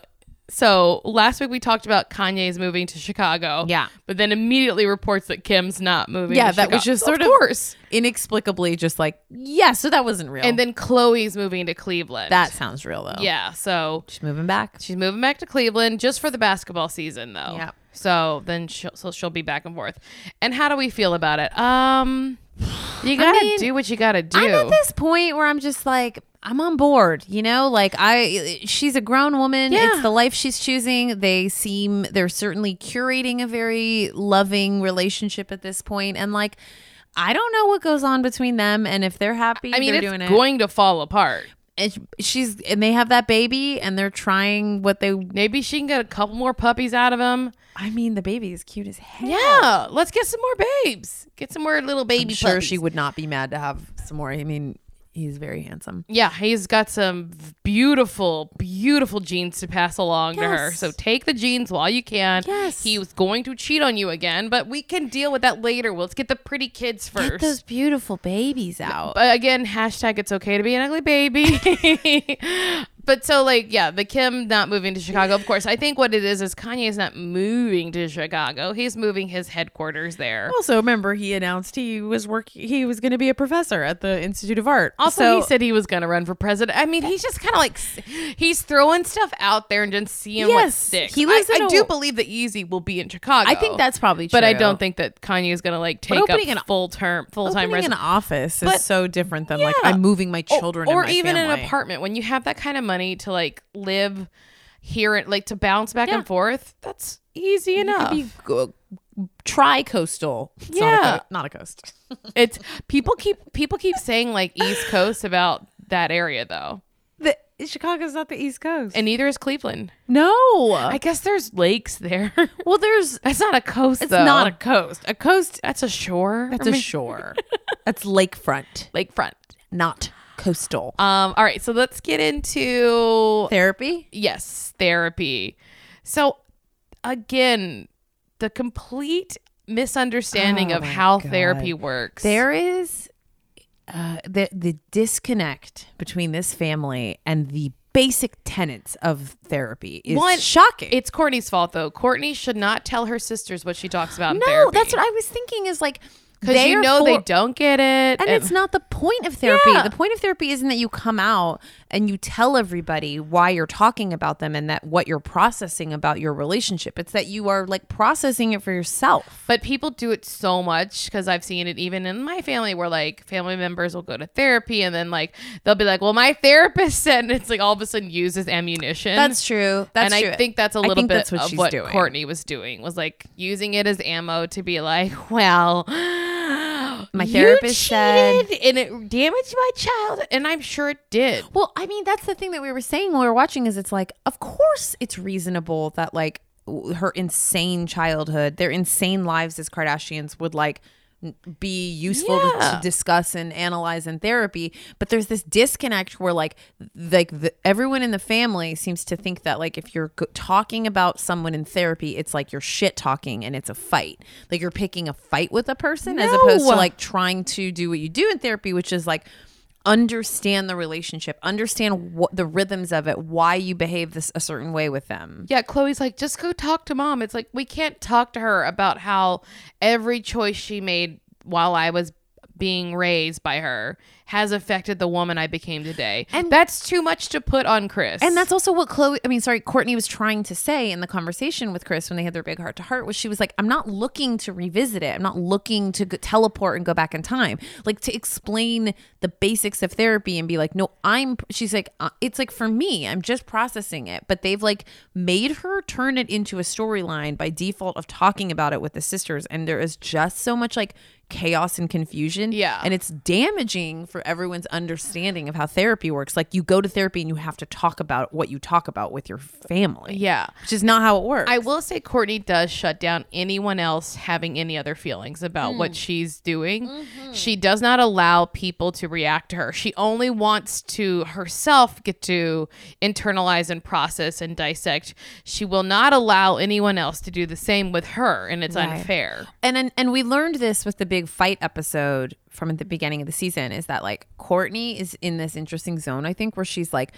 [SPEAKER 2] so last week we talked about Kanye's moving to Chicago.
[SPEAKER 1] Yeah.
[SPEAKER 2] but then immediately reports that Kim's not moving.
[SPEAKER 1] Yeah,
[SPEAKER 2] to
[SPEAKER 1] that was
[SPEAKER 2] Chicago.
[SPEAKER 1] just sort of-
[SPEAKER 2] course.
[SPEAKER 1] inexplicably just like, Yeah, so that wasn't real.
[SPEAKER 2] And then Chloe's moving to Cleveland.
[SPEAKER 1] that sounds real though.
[SPEAKER 2] yeah. So
[SPEAKER 1] She's moving back.
[SPEAKER 2] she's moving back to Cleveland just for the basketball season, though.
[SPEAKER 1] Yeah.
[SPEAKER 2] So then she'll so she'll be back and forth. And how do we feel about it? Um, you gotta
[SPEAKER 1] mean,
[SPEAKER 2] do what you gotta do.
[SPEAKER 1] I'm at this point where I'm just like, I'm on board, you know? Like I she's a grown woman.
[SPEAKER 2] Yeah.
[SPEAKER 1] It's the life she's choosing. They seem they're certainly curating a very loving relationship at this point and like I don't know what goes on between them and if they're happy
[SPEAKER 2] I mean,
[SPEAKER 1] they're
[SPEAKER 2] it's
[SPEAKER 1] doing it.
[SPEAKER 2] going to fall apart.
[SPEAKER 1] And sh- she's and they have that baby and they're trying what they
[SPEAKER 2] Maybe she can get a couple more puppies out of him.
[SPEAKER 1] I mean, the baby is cute as hell.
[SPEAKER 2] Yeah, let's get some more babes. Get some more little baby.
[SPEAKER 1] I'm sure
[SPEAKER 2] puppies.
[SPEAKER 1] she would not be mad to have some more. I mean, he's very handsome.
[SPEAKER 2] Yeah, he's got some beautiful, beautiful genes to pass along to her.
[SPEAKER 1] Yes.
[SPEAKER 2] So take the genes while you can.
[SPEAKER 1] Yes.
[SPEAKER 2] He was going to cheat on you again, but we can deal with that later. Well, let's get the pretty kids first.
[SPEAKER 1] Get those Oh. beautiful babies out.
[SPEAKER 2] but again, hashtag it's okay to be an ugly baby. but so like yeah, the Kim not moving to Chicago. Of course, I think what it is is Kanye is not moving to Chicago. He's moving his headquarters there.
[SPEAKER 1] Also, remember he announced he was working. He was going to be a professor at the Institute of Art.
[SPEAKER 2] Also,
[SPEAKER 1] So-
[SPEAKER 2] he said he was going to run for president. I mean, he's just kind of like s- he's throwing stuff out there and just seeing what
[SPEAKER 1] Yes,
[SPEAKER 2] sticks.
[SPEAKER 1] he lives
[SPEAKER 2] I,
[SPEAKER 1] in
[SPEAKER 2] I
[SPEAKER 1] a-
[SPEAKER 2] do believe that Yeezy will be in Chicago.
[SPEAKER 1] I think that's probably true.
[SPEAKER 2] but I don't think that Kanye is going to like take up
[SPEAKER 1] opening an-
[SPEAKER 2] full term full time
[SPEAKER 1] opening an
[SPEAKER 2] residence.
[SPEAKER 1] office is
[SPEAKER 2] But-
[SPEAKER 1] so different than like
[SPEAKER 2] Yeah.
[SPEAKER 1] I'm moving my children
[SPEAKER 2] or
[SPEAKER 1] and my
[SPEAKER 2] even an
[SPEAKER 1] family.
[SPEAKER 2] apartment when you have that kind of money to like live here and like to bounce back
[SPEAKER 1] Yeah.
[SPEAKER 2] and forth. That's easy enough.
[SPEAKER 1] Be go- tri-coastal. It's
[SPEAKER 2] Yeah.
[SPEAKER 1] not a, co- not a coast.
[SPEAKER 2] it's people keep people keep saying like East Coast about that area though,
[SPEAKER 1] The, Chicago's not the East Coast.
[SPEAKER 2] and neither is Cleveland.
[SPEAKER 1] no.
[SPEAKER 2] I guess there's lakes there.
[SPEAKER 1] well, there's.
[SPEAKER 2] That's not a coast.
[SPEAKER 1] It's not a coast. A coast.
[SPEAKER 2] That's a shore.
[SPEAKER 1] That's a shore. that's lakefront,
[SPEAKER 2] lakefront.
[SPEAKER 1] not coastal.
[SPEAKER 2] Um. All right. So let's get into
[SPEAKER 1] Therapy.
[SPEAKER 2] yes therapy. So again, the complete misunderstanding
[SPEAKER 1] Oh
[SPEAKER 2] of
[SPEAKER 1] my
[SPEAKER 2] how
[SPEAKER 1] God.
[SPEAKER 2] therapy works.
[SPEAKER 1] There is uh, the the disconnect between this family and the basic tenets of therapy is
[SPEAKER 2] One-
[SPEAKER 1] shocking.
[SPEAKER 2] it's Courtney's fault though. Courtney should not tell her sisters what she talks about. in
[SPEAKER 1] no,
[SPEAKER 2] therapy.
[SPEAKER 1] that's what I was thinking. Is like
[SPEAKER 2] because
[SPEAKER 1] they
[SPEAKER 2] you
[SPEAKER 1] are
[SPEAKER 2] know they
[SPEAKER 1] for-
[SPEAKER 2] don't get it.
[SPEAKER 1] and it's not the point of therapy.
[SPEAKER 2] Yeah.
[SPEAKER 1] The point of therapy isn't that you come out and you tell everybody why you're talking about them and that what you're processing about your relationship. It's that you are like processing it for yourself.
[SPEAKER 2] But people do it so much because I've seen it even in my family where like family members will go to therapy and then like they'll be like, well, my therapist said, and it's like all of a sudden used as ammunition.
[SPEAKER 1] true.
[SPEAKER 2] and I think that's a little
[SPEAKER 1] think
[SPEAKER 2] bit
[SPEAKER 1] that's what
[SPEAKER 2] of
[SPEAKER 1] she's
[SPEAKER 2] what
[SPEAKER 1] doing.
[SPEAKER 2] Courtney was doing was like using it as ammo to be like, well, my
[SPEAKER 1] therapist said-
[SPEAKER 2] and it damaged my child, and I'm sure it did.
[SPEAKER 1] Well, I mean, that's the thing that we were saying while we were watching is it's like, of course it's reasonable that like w- her insane childhood, their insane lives as Kardashians would like n- be useful to- to,
[SPEAKER 2] Yeah.
[SPEAKER 1] discuss and analyze in therapy but there's this disconnect where like th- like the, everyone in the family seems to think that like if you're go- talking about someone in therapy it's like you're shit talking and it's a fight like you're picking a fight with a person as opposed to
[SPEAKER 2] No.
[SPEAKER 1] like trying to do what you do in therapy which is like understand the relationship understand what the rhythms of it why you behave this a certain way with them
[SPEAKER 2] Yeah, Chloe's like, just go talk to mom. It's like we can't talk to her about how every choice she made while I was being raised by her has affected the woman I became today. And that's too much to put on Chris.
[SPEAKER 1] And that's also what Chloe, I mean, sorry, Courtney was trying to say in the conversation with Chris when they had their big heart to heart was she was like, I'm not looking to revisit it. I'm not looking to go- teleport and go back in time. Like to explain the basics of therapy and be like, no, I'm, she's like, uh, it's like for me, I'm just processing it. But they've like made her turn it into a storyline by default of talking about it with the sisters. And there is just so much like, chaos and confusion
[SPEAKER 2] Yeah.
[SPEAKER 1] and it's damaging for everyone's understanding of how therapy works. Like you go to therapy and you have to talk about what you talk about with your family,
[SPEAKER 2] yeah.
[SPEAKER 1] which is not how it works.
[SPEAKER 2] I will say Courtney does shut down anyone else having any other feelings about what she's doing. She does not allow people to react to her. She only wants to herself get to internalize and process and dissect. She will not allow anyone else to do the same with her, and it's
[SPEAKER 1] Right.
[SPEAKER 2] unfair.
[SPEAKER 1] and, and and we learned this with the big fight episode from the beginning of the season is that like Courtney is in this interesting zone I think where she's like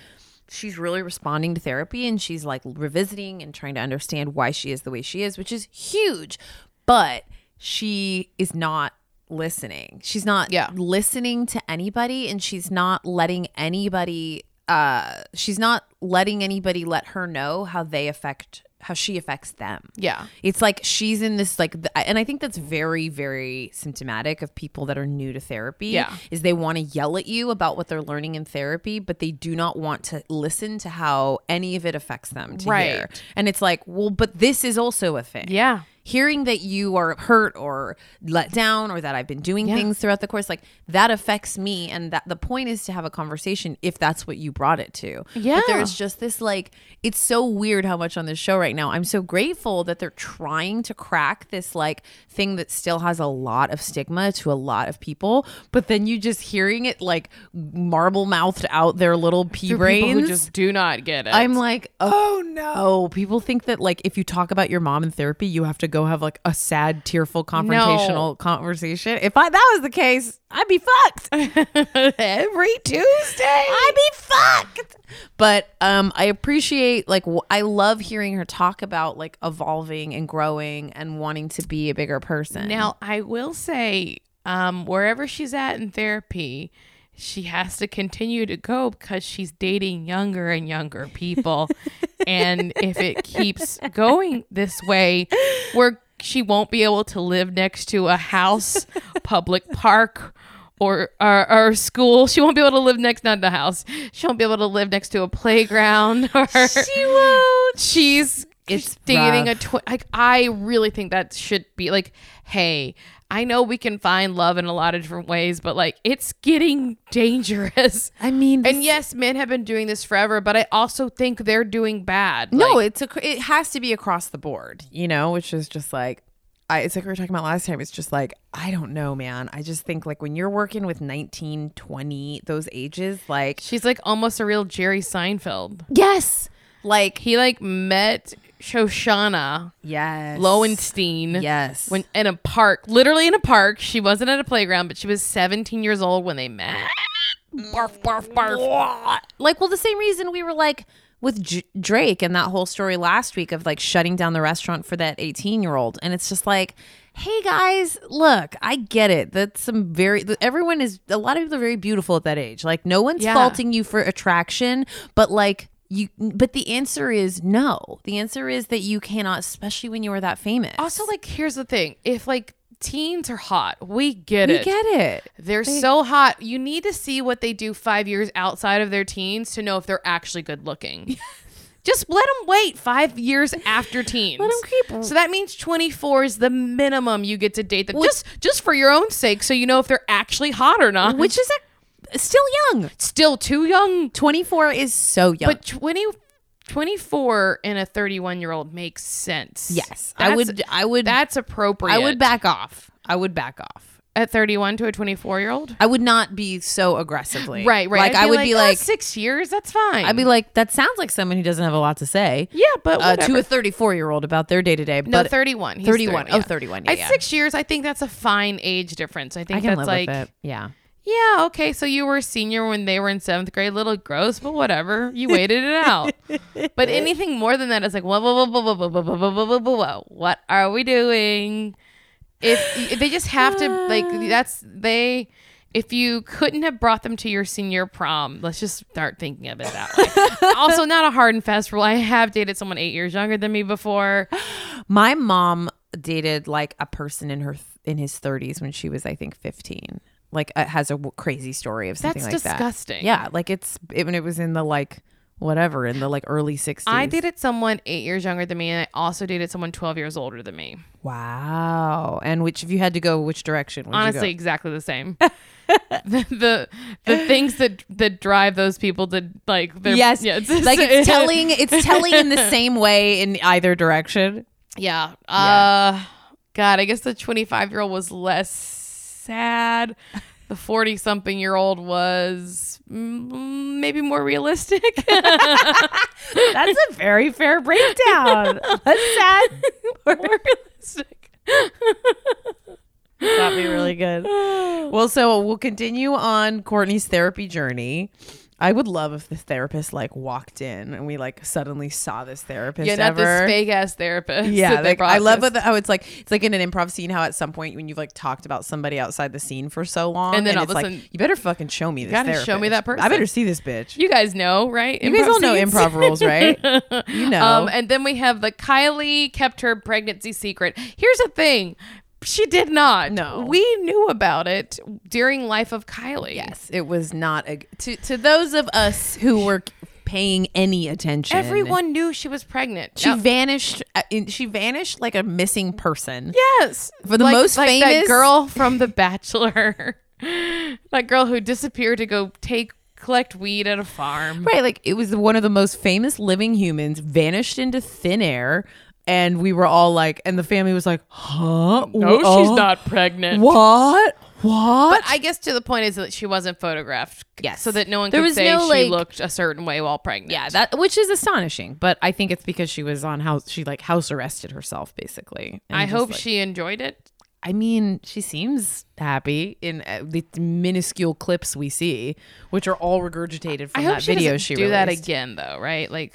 [SPEAKER 1] she's really responding to therapy and she's like revisiting and trying to understand why she is the way she is, which is huge. But she is not listening. She's not
[SPEAKER 2] Yeah.
[SPEAKER 1] listening to anybody and she's not letting anybody uh she's not letting anybody let her know how they affect how she affects them.
[SPEAKER 2] Yeah.
[SPEAKER 1] It's like she's in this like, th- and I think that's very, very symptomatic of people that are new to therapy.
[SPEAKER 2] Yeah.
[SPEAKER 1] is they want to yell at you about what they're learning in therapy, but they do not want to listen to how any of it affects them. To
[SPEAKER 2] Right.
[SPEAKER 1] hear. and it's like, well, but this is also a thing.
[SPEAKER 2] Yeah.
[SPEAKER 1] Hearing that you are hurt or let down or that I've been doing things throughout the course, like that affects me. And that the point is to have a conversation if that's what you brought it to.
[SPEAKER 2] Yeah.
[SPEAKER 1] But there's just this like, it's so weird how much on this show right now. I'm so grateful that they're trying to crack this like thing that still has a lot of stigma to a lot of people. But then you just hearing it like marble mouthed out their little pea
[SPEAKER 2] For people who
[SPEAKER 1] brains.
[SPEAKER 2] just do not get it.
[SPEAKER 1] I'm like, oh no. People think that like if you talk about your mom in therapy, you have to go have like a sad, tearful, confrontational conversation. If I that was the case, I'd be fucked. Every Tuesday. I'd be fucked. But um I appreciate like w- I love hearing her talk about like evolving and growing and wanting to be a bigger person.
[SPEAKER 2] Now, I will say, um, wherever she's at in therapy, she has to continue to go because she's dating younger and younger people. and if it keeps going this way, where she won't be able to live next to a house, public park, or, or or school, she won't be able to live next not in a house. She won't be able to live next to a playground. Or she won't. She's
[SPEAKER 1] It's
[SPEAKER 2] dating
[SPEAKER 1] rough.
[SPEAKER 2] a tw- like I really think that should be like, hey, I know we can find love in a lot of different ways, but like it's getting dangerous.
[SPEAKER 1] I mean,
[SPEAKER 2] And yes, men have been doing this forever, but I also think they're doing bad.
[SPEAKER 1] No,
[SPEAKER 2] Like,
[SPEAKER 1] it's a cr- it has to be across the board, you know, which is just like I, it's like we were talking about last time. It's just like I don't know, man. I just think like when you're working with 19, 20, those ages, like
[SPEAKER 2] she's like almost a real Jerry Seinfeld.
[SPEAKER 1] yes, like
[SPEAKER 2] He like met Shoshana
[SPEAKER 1] yes,
[SPEAKER 2] Lowenstein.
[SPEAKER 1] yes,
[SPEAKER 2] When in a park, literally in a park, she wasn't at a playground, but she was 17 years old when they met.
[SPEAKER 1] barf barf barf. Like well, the same reason we were like. with J- Drake and that whole story last week of like shutting down the restaurant for that 18 year old. And it's just like, hey guys, look, I get it. That's some very, th- everyone is, a lot of people are very beautiful at that age. Like, no one's
[SPEAKER 2] Yeah.
[SPEAKER 1] faulting you for attraction, but like, you, but the answer is no. The answer is that you cannot, especially when you are that famous.
[SPEAKER 2] Also, like, here's the thing: if like teens are hot, we get
[SPEAKER 1] we
[SPEAKER 2] it.
[SPEAKER 1] get it.
[SPEAKER 2] They're so hot. You need to see what they do five years outside of their teens to know if they're actually good looking. Just let them wait five years after teens. Let
[SPEAKER 1] 'em creep.
[SPEAKER 2] So that means 24 is the minimum you get to date them. just just for your own sake, so you know if they're actually hot or not.
[SPEAKER 1] Which is a, still young.
[SPEAKER 2] still too young.
[SPEAKER 1] 24 is so young.
[SPEAKER 2] But 20, 24 and a 31 year old makes sense.
[SPEAKER 1] yes, I
[SPEAKER 2] That's-
[SPEAKER 1] would, I would,
[SPEAKER 2] That's appropriate.
[SPEAKER 1] I would back off. I would back off.
[SPEAKER 2] at 31 to a 24 year old.
[SPEAKER 1] I would not be so aggressively.
[SPEAKER 2] Right, right.
[SPEAKER 1] Like
[SPEAKER 2] I'd
[SPEAKER 1] I would be
[SPEAKER 2] "Oh,
[SPEAKER 1] like,
[SPEAKER 2] six years. That's fine.
[SPEAKER 1] I'd be like, that sounds like someone who doesn't have a lot to say.
[SPEAKER 2] yeah, but
[SPEAKER 1] Uh,
[SPEAKER 2] whatever.
[SPEAKER 1] to a 34 year old about their day to day.
[SPEAKER 2] no,
[SPEAKER 1] But
[SPEAKER 2] 31. He's
[SPEAKER 1] 31. Oh,
[SPEAKER 2] yeah.
[SPEAKER 1] 31. Yeah,
[SPEAKER 2] At
[SPEAKER 1] yeah.
[SPEAKER 2] six years, I think that's a fine age difference. I think
[SPEAKER 1] I can live
[SPEAKER 2] that's like,
[SPEAKER 1] with it. Yeah.
[SPEAKER 2] yeah, okay, so you were a senior when they were in seventh grade. Little gross, but whatever. You waited it out. But anything more than that is like, whoa, whoa, whoa, whoa, whoa, whoa, whoa, whoa, whoa, whoa, whoa, whoa. What are we doing? If, if they just have to, like, that's they. If you couldn't have brought them to your senior prom, let's just start thinking of it that way. also, not a hard and fast rule. I have dated someone eight years younger than me before.
[SPEAKER 1] My mom dated like a person in her th- in his 30s when she was, I think, 15. Like uh, has a w- crazy story of something
[SPEAKER 2] That's
[SPEAKER 1] like that.
[SPEAKER 2] disgusting.
[SPEAKER 1] Yeah, like it's it, when it was in the like whatever in the like early 60s.
[SPEAKER 2] I dated someone eight years younger than me, and I also dated someone 12 years older than me.
[SPEAKER 1] Wow. And which if you had to go which direction? would you go?
[SPEAKER 2] Honestly, exactly the same. the, the the things that that drive those people to like their
[SPEAKER 1] yes.
[SPEAKER 2] yeah, it's-
[SPEAKER 1] like it's telling it's telling in the same way in either direction.
[SPEAKER 2] yeah uh god I guess the 25 year old was less sad the 40 something year old was mm, maybe more realistic
[SPEAKER 1] That's a very fair breakdown. That's sad.
[SPEAKER 2] more realistic
[SPEAKER 1] That'd be really good. Well, so we'll continue on Courtney's therapy journey. I would love if the therapist like walked in and we like suddenly saw this therapist
[SPEAKER 2] yeah not
[SPEAKER 1] ever.
[SPEAKER 2] this fake ass therapist
[SPEAKER 1] yeah,
[SPEAKER 2] that they
[SPEAKER 1] like, I love
[SPEAKER 2] processed.
[SPEAKER 1] what the, how it's like. It's like in an improv scene how at some point when you've like talked about somebody outside the scene for so long,
[SPEAKER 2] And then all
[SPEAKER 1] it's
[SPEAKER 2] of a
[SPEAKER 1] like,
[SPEAKER 2] sudden-
[SPEAKER 1] you better fucking show me this.
[SPEAKER 2] gotta show me
[SPEAKER 1] therapist.
[SPEAKER 2] that
[SPEAKER 1] I
[SPEAKER 2] person."
[SPEAKER 1] better see this bitch.
[SPEAKER 2] You guys know, right?
[SPEAKER 1] You guys all know improv rules, right? You know.
[SPEAKER 2] Um, and then we have the Kylie kept her pregnancy secret. Here's the thing. She did not.
[SPEAKER 1] No.
[SPEAKER 2] We knew about it during Life of Kylie.
[SPEAKER 1] Yes, it was not a, to to those of us who were paying any attention.
[SPEAKER 2] Everyone knew she was pregnant.
[SPEAKER 1] she
[SPEAKER 2] Now-
[SPEAKER 1] vanished. uh, in- She vanished like a missing person.
[SPEAKER 2] yes.
[SPEAKER 1] For the
[SPEAKER 2] Like-
[SPEAKER 1] most
[SPEAKER 2] like
[SPEAKER 1] famous-
[SPEAKER 2] that girl from The Bachelor. that girl who disappeared to go take collect weed at a farm.
[SPEAKER 1] Right, like it was one of the most famous living humans vanished into thin air, and we were all like, and the family was like, "Huh?
[SPEAKER 2] No,
[SPEAKER 1] Uh,
[SPEAKER 2] she's not pregnant.
[SPEAKER 1] What? What?"
[SPEAKER 2] But I guess to the point is that she wasn't photographed.
[SPEAKER 1] Yes.
[SPEAKER 2] So that no one
[SPEAKER 1] There
[SPEAKER 2] could
[SPEAKER 1] was
[SPEAKER 2] say
[SPEAKER 1] no,
[SPEAKER 2] she
[SPEAKER 1] like-
[SPEAKER 2] looked a certain way while pregnant.
[SPEAKER 1] yeah, uh, that which is astonishing, but I think it's because she was on house. She like house arrested herself, basically. and
[SPEAKER 2] I
[SPEAKER 1] just,
[SPEAKER 2] hope
[SPEAKER 1] like-
[SPEAKER 2] she enjoyed it.
[SPEAKER 1] I mean, she seems happy in uh, the minuscule clips we see, which are all regurgitated
[SPEAKER 2] I
[SPEAKER 1] from
[SPEAKER 2] hope
[SPEAKER 1] that
[SPEAKER 2] she
[SPEAKER 1] video
[SPEAKER 2] doesn't
[SPEAKER 1] she
[SPEAKER 2] do that
[SPEAKER 1] released.
[SPEAKER 2] again, though, right? Like,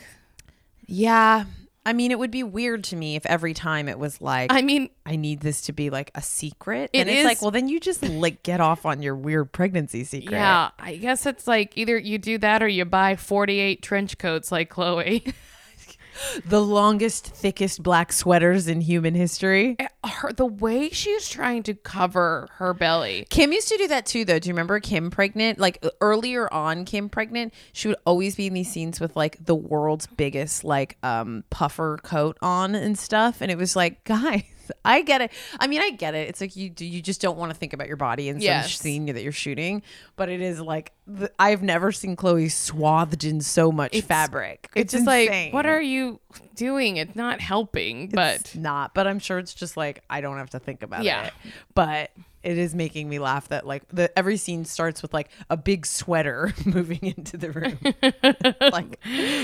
[SPEAKER 1] Yeah. I mean, it would be weird to me if every time it was like,
[SPEAKER 2] I
[SPEAKER 1] i
[SPEAKER 2] mean,
[SPEAKER 1] need this to be like a secret.
[SPEAKER 2] It
[SPEAKER 1] and it's
[SPEAKER 2] is-
[SPEAKER 1] like, well, then you just like get off on your weird pregnancy secret.
[SPEAKER 2] yeah, I guess it's like either you do that or you buy forty-eight trench coats like Chloe.
[SPEAKER 1] The longest, thickest black sweaters in human history.
[SPEAKER 2] Eh, her, the way she's trying to cover her belly.
[SPEAKER 1] Kim used to do that too, though. Do you remember Kim pregnant? Like earlier on, Kim pregnant, she would always be in these scenes with like the world's biggest like um puffer coat on and stuff, and it was like, guys, I get it. I mean, I get it. It's like you do, you just don't want to think about your body in some
[SPEAKER 2] Yes.
[SPEAKER 1] scene that you're shooting, but it is like th- I've never seen Chloe swathed in so much fabric.
[SPEAKER 2] It's, just like, what are you doing? It's not helping. But
[SPEAKER 1] it's not but i'm sure it's just like i don't have to think about
[SPEAKER 2] Yeah.
[SPEAKER 1] it but it is making me laugh that like the every scene starts with like a big sweater moving into the room like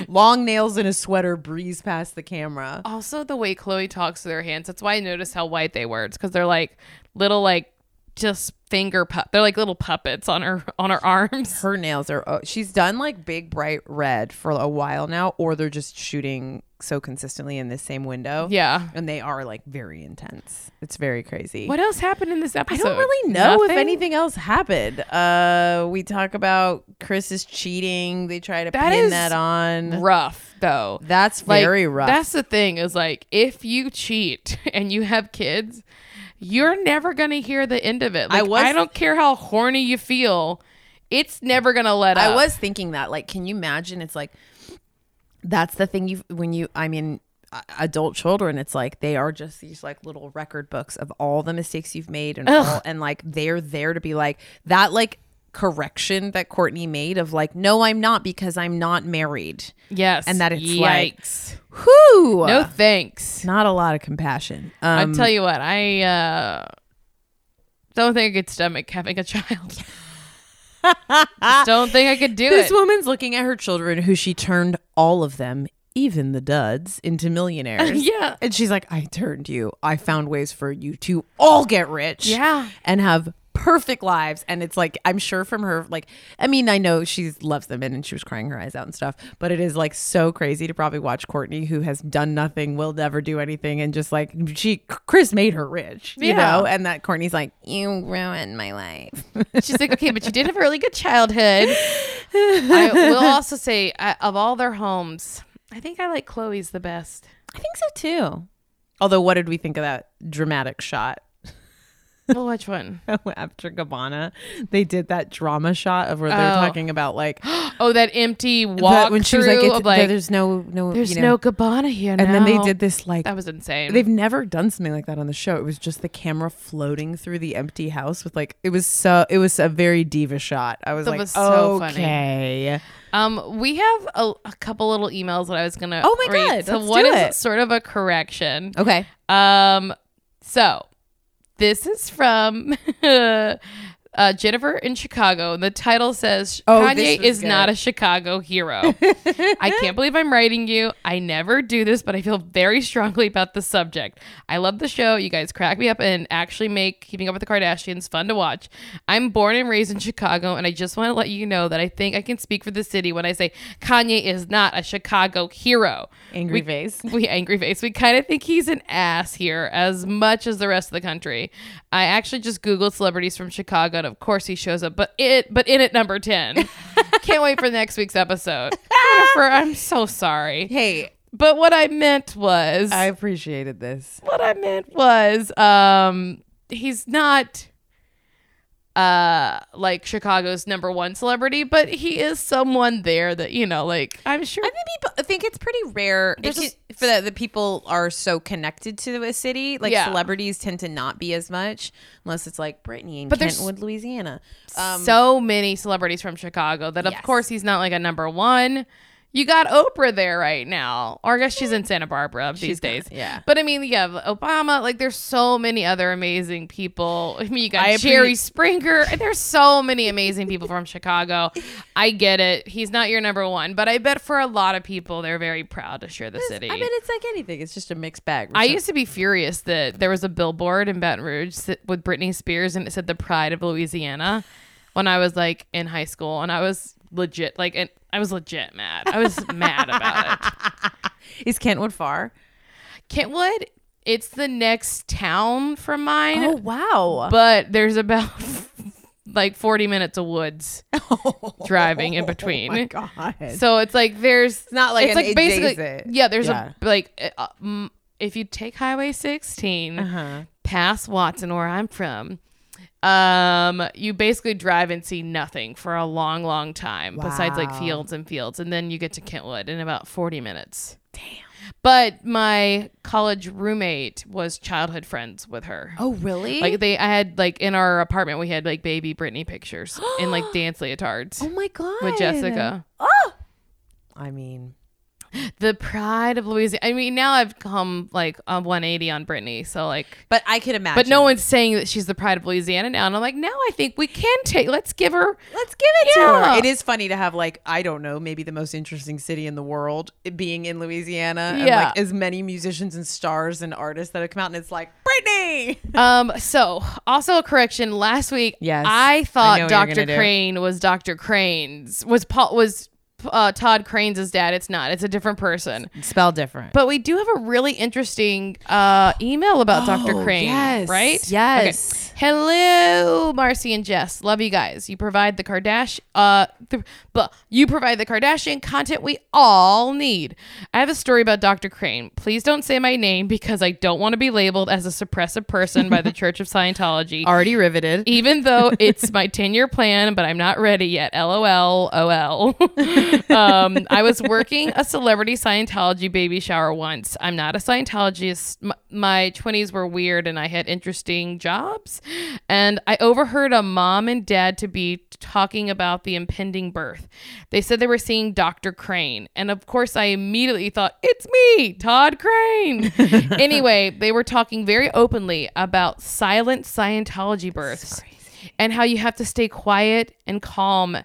[SPEAKER 1] long nails in a sweater breeze past the camera
[SPEAKER 2] also the way Chloe talks to their hands. That's why I noticed how white they were. It's because they're like little like just finger pup. They're like little puppets on her on her arms.
[SPEAKER 1] Her nails are. Oh, she's done like big bright red for a while now, or they're just shooting so consistently in this same window.
[SPEAKER 2] Yeah.
[SPEAKER 1] and they are like very intense. It's very crazy.
[SPEAKER 2] What else happened in this
[SPEAKER 1] I
[SPEAKER 2] episode?
[SPEAKER 1] don't really know if
[SPEAKER 2] Nothing?
[SPEAKER 1] anything else happened. Uh, we talk about Chris is cheating. They try to
[SPEAKER 2] That
[SPEAKER 1] pin
[SPEAKER 2] is
[SPEAKER 1] that on.
[SPEAKER 2] Rough though.
[SPEAKER 1] That's
[SPEAKER 2] Like,
[SPEAKER 1] very rough.
[SPEAKER 2] That's the thing is like if you cheat and you have kids, you're never gonna hear the end of it.
[SPEAKER 1] I
[SPEAKER 2] Like, I
[SPEAKER 1] was-
[SPEAKER 2] don't care how horny you feel, it's never gonna let up.
[SPEAKER 1] I was thinking that. Like, can you imagine? It's like that's the thing you when you. I mean, a- adult children. It's like they are just these like little record books of all the mistakes you've made, and all, and like they're there to be like that. Like correction that Courtney made of like, no, I'm not because I'm not married.
[SPEAKER 2] Yes.
[SPEAKER 1] And that it's like-
[SPEAKER 2] yikes.
[SPEAKER 1] Whoo.
[SPEAKER 2] no thanks.
[SPEAKER 1] not a lot of compassion.
[SPEAKER 2] I
[SPEAKER 1] Um,
[SPEAKER 2] tell you what, I uh, don't think I could stomach having a child. Just don't think I could do
[SPEAKER 1] this
[SPEAKER 2] it.
[SPEAKER 1] woman's looking at her children, who she turned all of them, even the duds, into millionaires.
[SPEAKER 2] yeah.
[SPEAKER 1] And she's like, I turned you. I found ways for you to all get rich.
[SPEAKER 2] Yeah.
[SPEAKER 1] And have perfect lives. And it's like, I'm sure from her, like, I mean, I know she loves them and, and she was crying her eyes out and stuff, but it is like so crazy to probably watch Courtney, who has done nothing, will never do anything. And just like, she, Chris made her rich, you
[SPEAKER 2] Yeah.
[SPEAKER 1] know? And that Courtney's like, You ruined my life.
[SPEAKER 2] She's like, okay, but you did have a really good childhood. I will also say, I, of all their homes, I think I like Chloe's the best.
[SPEAKER 1] I think so too. Although, what did we think of that dramatic shot
[SPEAKER 2] Well, which one?
[SPEAKER 1] after Gabbana? They did that drama shot of where they're
[SPEAKER 2] Oh.
[SPEAKER 1] talking about like
[SPEAKER 2] Oh, that empty walk
[SPEAKER 1] that when she was like,
[SPEAKER 2] through
[SPEAKER 1] it's,
[SPEAKER 2] of, like,
[SPEAKER 1] "There's no, no,
[SPEAKER 2] there's
[SPEAKER 1] you know.
[SPEAKER 2] no Gabbana here
[SPEAKER 1] And then they
[SPEAKER 2] now.
[SPEAKER 1] did this like
[SPEAKER 2] That was insane.
[SPEAKER 1] they've never done something like that on the show. It was just the camera floating through the empty house with like it was so it was a very diva shot. I was
[SPEAKER 2] That
[SPEAKER 1] like,
[SPEAKER 2] was so funny.
[SPEAKER 1] okay,
[SPEAKER 2] Um, we have a, a couple little emails that I was gonna.
[SPEAKER 1] Oh my God,
[SPEAKER 2] read. So
[SPEAKER 1] let's
[SPEAKER 2] one
[SPEAKER 1] do
[SPEAKER 2] is
[SPEAKER 1] it.
[SPEAKER 2] sort of a correction.
[SPEAKER 1] okay.
[SPEAKER 2] Um, so this is from uh, Jennifer in Chicago. The title says
[SPEAKER 1] Oh, this
[SPEAKER 2] Kanye
[SPEAKER 1] was
[SPEAKER 2] is
[SPEAKER 1] good.
[SPEAKER 2] not a Chicago hero. I can't believe I'm writing you. I never do this, but I feel very strongly about the subject. I love the show. You guys crack me up and actually make Keeping Up with the Kardashians fun to watch. I'm born and raised in Chicago, and I just want to let you know that I think I can speak for the city when I say Kanye is not a Chicago hero.
[SPEAKER 1] Angry
[SPEAKER 2] We-
[SPEAKER 1] face.
[SPEAKER 2] we angry face. We kind of think he's an ass here as much as the rest of the country. I actually just googled celebrities from Chicago and of course he shows up, but it but in at number 10. Can't wait for next week's episode. Jennifer, I'm so sorry.
[SPEAKER 1] Hey,
[SPEAKER 2] But what I meant was
[SPEAKER 1] I appreciated this.
[SPEAKER 2] what I meant was um he's not uh like Chicago's number 1 celebrity, but he is someone there that, you know, like I'm sure
[SPEAKER 1] I think people I think it's pretty rare
[SPEAKER 2] There's
[SPEAKER 1] it- for the, the people are so connected to a city. Like
[SPEAKER 2] Yeah.
[SPEAKER 1] celebrities tend to not be as much unless it's like Brittany in
[SPEAKER 2] But there's-
[SPEAKER 1] Kentwood, Louisiana. Um,
[SPEAKER 2] so many celebrities from Chicago that, of
[SPEAKER 1] Yes.
[SPEAKER 2] course, he's not like a number one. You got Oprah there right now, or I guess she's in Santa Barbara these days.
[SPEAKER 1] Mm. yeah.
[SPEAKER 2] but I mean, you have Obama. Like, there's so many other amazing people. I mean, you got
[SPEAKER 1] I appre-
[SPEAKER 2] Jerry Springer. There's so many amazing people from Chicago. I get it. He's not your number one, but I bet for a lot of people, they're very proud to share the city.
[SPEAKER 1] I mean, it's like anything. It's just a mixed bag.
[SPEAKER 2] I used to be furious that there was a billboard in Baton Rouge that- with Britney Spears and it said the pride of Louisiana when I was like in high school and I was legit like and I was legit mad. I was mad about it.
[SPEAKER 1] is Kentwood far?
[SPEAKER 2] Kentwood, it's the next town from mine,
[SPEAKER 1] Oh wow!
[SPEAKER 2] but there's about like 40 minutes of woods driving in between.
[SPEAKER 1] Oh God, it's
[SPEAKER 2] So it's like there's it's
[SPEAKER 1] not like
[SPEAKER 2] it's
[SPEAKER 1] an
[SPEAKER 2] like basically
[SPEAKER 1] adjacent.
[SPEAKER 2] yeah. There's
[SPEAKER 1] Yeah.
[SPEAKER 2] a like uh, um, if you take Highway 16
[SPEAKER 1] Uh-huh.
[SPEAKER 2] past Watson, where I'm from, um, you basically drive and see nothing for a long, long time besides like
[SPEAKER 1] Wow.
[SPEAKER 2] fields and fields, and then you get to Kentwood in about 40 minutes. Damn. But my college roommate was childhood friends with her.
[SPEAKER 3] Oh, really?
[SPEAKER 2] Like they, I had like in our apartment, we had like baby Britney pictures
[SPEAKER 1] Oh,
[SPEAKER 2] and like dance leotards
[SPEAKER 3] oh my god.
[SPEAKER 2] Ah! with Jessica.
[SPEAKER 1] I mean,
[SPEAKER 2] the pride of Louisiana. I mean, now I've come like a 180 on Britney. So like,
[SPEAKER 1] But I could imagine.
[SPEAKER 2] but no one's saying that she's the pride of Louisiana now. And I'm like, now I think we can take. Let's give her.
[SPEAKER 1] Let's give it to
[SPEAKER 2] Yeah.
[SPEAKER 1] her. It is funny to have like I don't know, maybe the most interesting city in the world it being in Louisiana and
[SPEAKER 2] Yeah.
[SPEAKER 1] like as many musicians and stars and artists that have come out and it's like Britney.
[SPEAKER 2] Um. So also a correction. Last week,
[SPEAKER 1] Yes.
[SPEAKER 2] I
[SPEAKER 1] I know
[SPEAKER 2] thought
[SPEAKER 1] what you're
[SPEAKER 2] Dr.
[SPEAKER 1] gonna do.
[SPEAKER 2] Crane was Dr. Crane's was Paul was uh, Todd Crane's his dad. It's not. It's a different person.
[SPEAKER 1] Spell different.
[SPEAKER 2] But we do have a really interesting uh, email about Dr. Crane,
[SPEAKER 1] Oh, yes.
[SPEAKER 2] right?
[SPEAKER 1] Yes.
[SPEAKER 2] Okay. Hello, Marcy and Jess. Love you guys. You provide the Kardashian, uh, the, but you provide the Kardashian content we all need. I have a story about Dr. Crane. Please don't say my name because I don't want to be labeled as a suppressive person by the Church of Scientology.
[SPEAKER 4] Already riveted.
[SPEAKER 2] Even though it's my 10 year plan, but I'm not ready yet. LOL, OL. um, I was working a celebrity Scientology baby shower once. I'm not a Scientologist. M- my 20s were weird and I had interesting jobs. And I overheard a mom and dad to be talking about the impending birth. They said they were seeing Dr. Crane. And of course, I immediately thought, it's me, Todd Crane. anyway, they were talking very openly about silent Scientology births and how you have to stay quiet and calm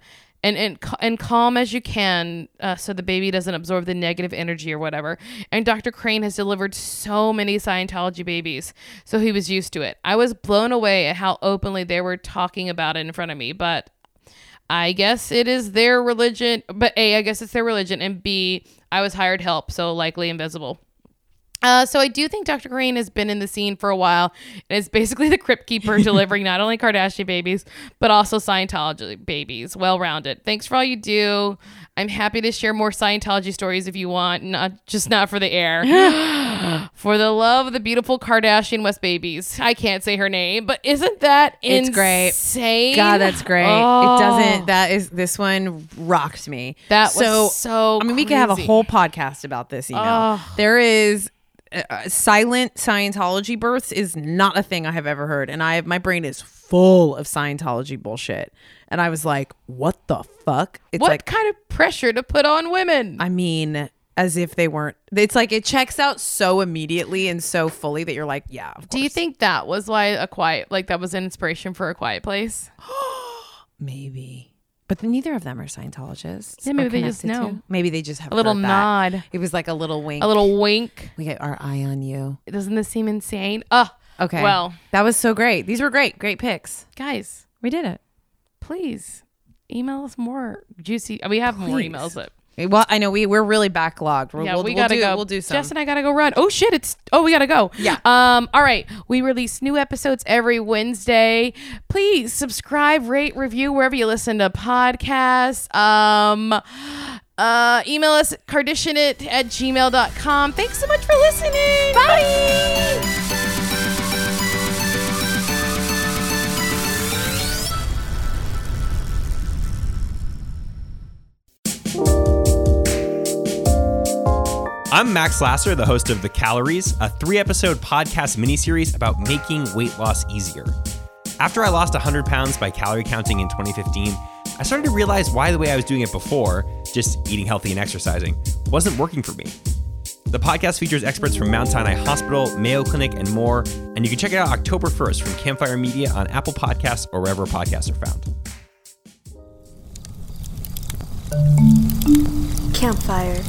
[SPEAKER 2] and and, ca- and calm as you can uh, so the baby doesn't absorb the negative energy or whatever and dr crane has delivered so many scientology babies so he was used to it i was blown away at how openly they were talking about it in front of me but I guess it is their religion, but A, I guess it's their religion, and B, I was hired help, so likely invisible. Uh, so I do think Dr. Crane has been in the scene for a while and is basically the crypt keeper delivering not only Kardashian babies, but also Scientology babies. Well rounded. Thanks for all you do. I'm happy to share more Scientology stories if you want, not just not for the air. for the love of the beautiful Kardashian West babies. I can't say her name, but isn't that
[SPEAKER 4] It's great.
[SPEAKER 2] insane?
[SPEAKER 4] God, that's great.
[SPEAKER 2] Oh.
[SPEAKER 4] It doesn't. That is this one rocked me.
[SPEAKER 2] That was so
[SPEAKER 4] I mean, we could have a
[SPEAKER 2] crazy.
[SPEAKER 4] whole podcast about this email.
[SPEAKER 2] Oh.
[SPEAKER 4] There is uh, uh, silent Scientology births is not a thing I have ever heard, and I my brain is full of Scientology bullshit. And I was like, what the fuck? It's
[SPEAKER 2] what
[SPEAKER 4] like
[SPEAKER 2] kind of pressure to put on women?
[SPEAKER 4] I mean, as if they weren't. It's like it checks out so immediately and so fully that you're like, yeah. Of
[SPEAKER 2] Do you think that was why a quiet like that was an inspiration for a quiet place?
[SPEAKER 4] Maybe. But then neither of them are Scientologists.
[SPEAKER 2] Yeah,
[SPEAKER 4] or
[SPEAKER 2] maybe they just
[SPEAKER 4] connected
[SPEAKER 2] know.
[SPEAKER 4] to. Maybe they just have
[SPEAKER 2] A little
[SPEAKER 4] heard that.
[SPEAKER 2] nod.
[SPEAKER 4] It was like a little wink.
[SPEAKER 2] A little wink.
[SPEAKER 4] we got our eye on you.
[SPEAKER 2] Doesn't this seem insane? Ugh.
[SPEAKER 4] Okay.
[SPEAKER 2] Well,
[SPEAKER 4] that was so great. These were great, great picks.
[SPEAKER 2] guys,
[SPEAKER 4] We did it.
[SPEAKER 2] please email us more juicy. We have more
[SPEAKER 4] Please.
[SPEAKER 2] emails up.
[SPEAKER 4] Well, I know we we're really backlogged. We're,
[SPEAKER 2] Yeah,
[SPEAKER 4] we'll,
[SPEAKER 2] we
[SPEAKER 4] we'll
[SPEAKER 2] gotta
[SPEAKER 4] do,
[SPEAKER 2] go.
[SPEAKER 4] We'll do some.
[SPEAKER 2] Jess and I gotta go run. Oh shit! It's oh we gotta go.
[SPEAKER 4] Yeah.
[SPEAKER 2] Um. All right. We release new episodes every Wednesday. Please subscribe, rate, review wherever you listen to podcasts. Um. Uh, email us carditionit at gmail.com. Thanks so much for listening. Bye.
[SPEAKER 5] I'm Max Lasser, the host of The Calories, a three episode podcast miniseries about making weight loss easier. After I lost 100 pounds by calorie counting in 2015, I started to realize why the way I was doing it before, just eating healthy and exercising, wasn't working for me. The podcast features experts from Mount Sinai Hospital, Mayo Clinic, and more, and you can check it out October 1st from Campfire Media on Apple Podcasts or wherever podcasts are found.
[SPEAKER 6] Campfire.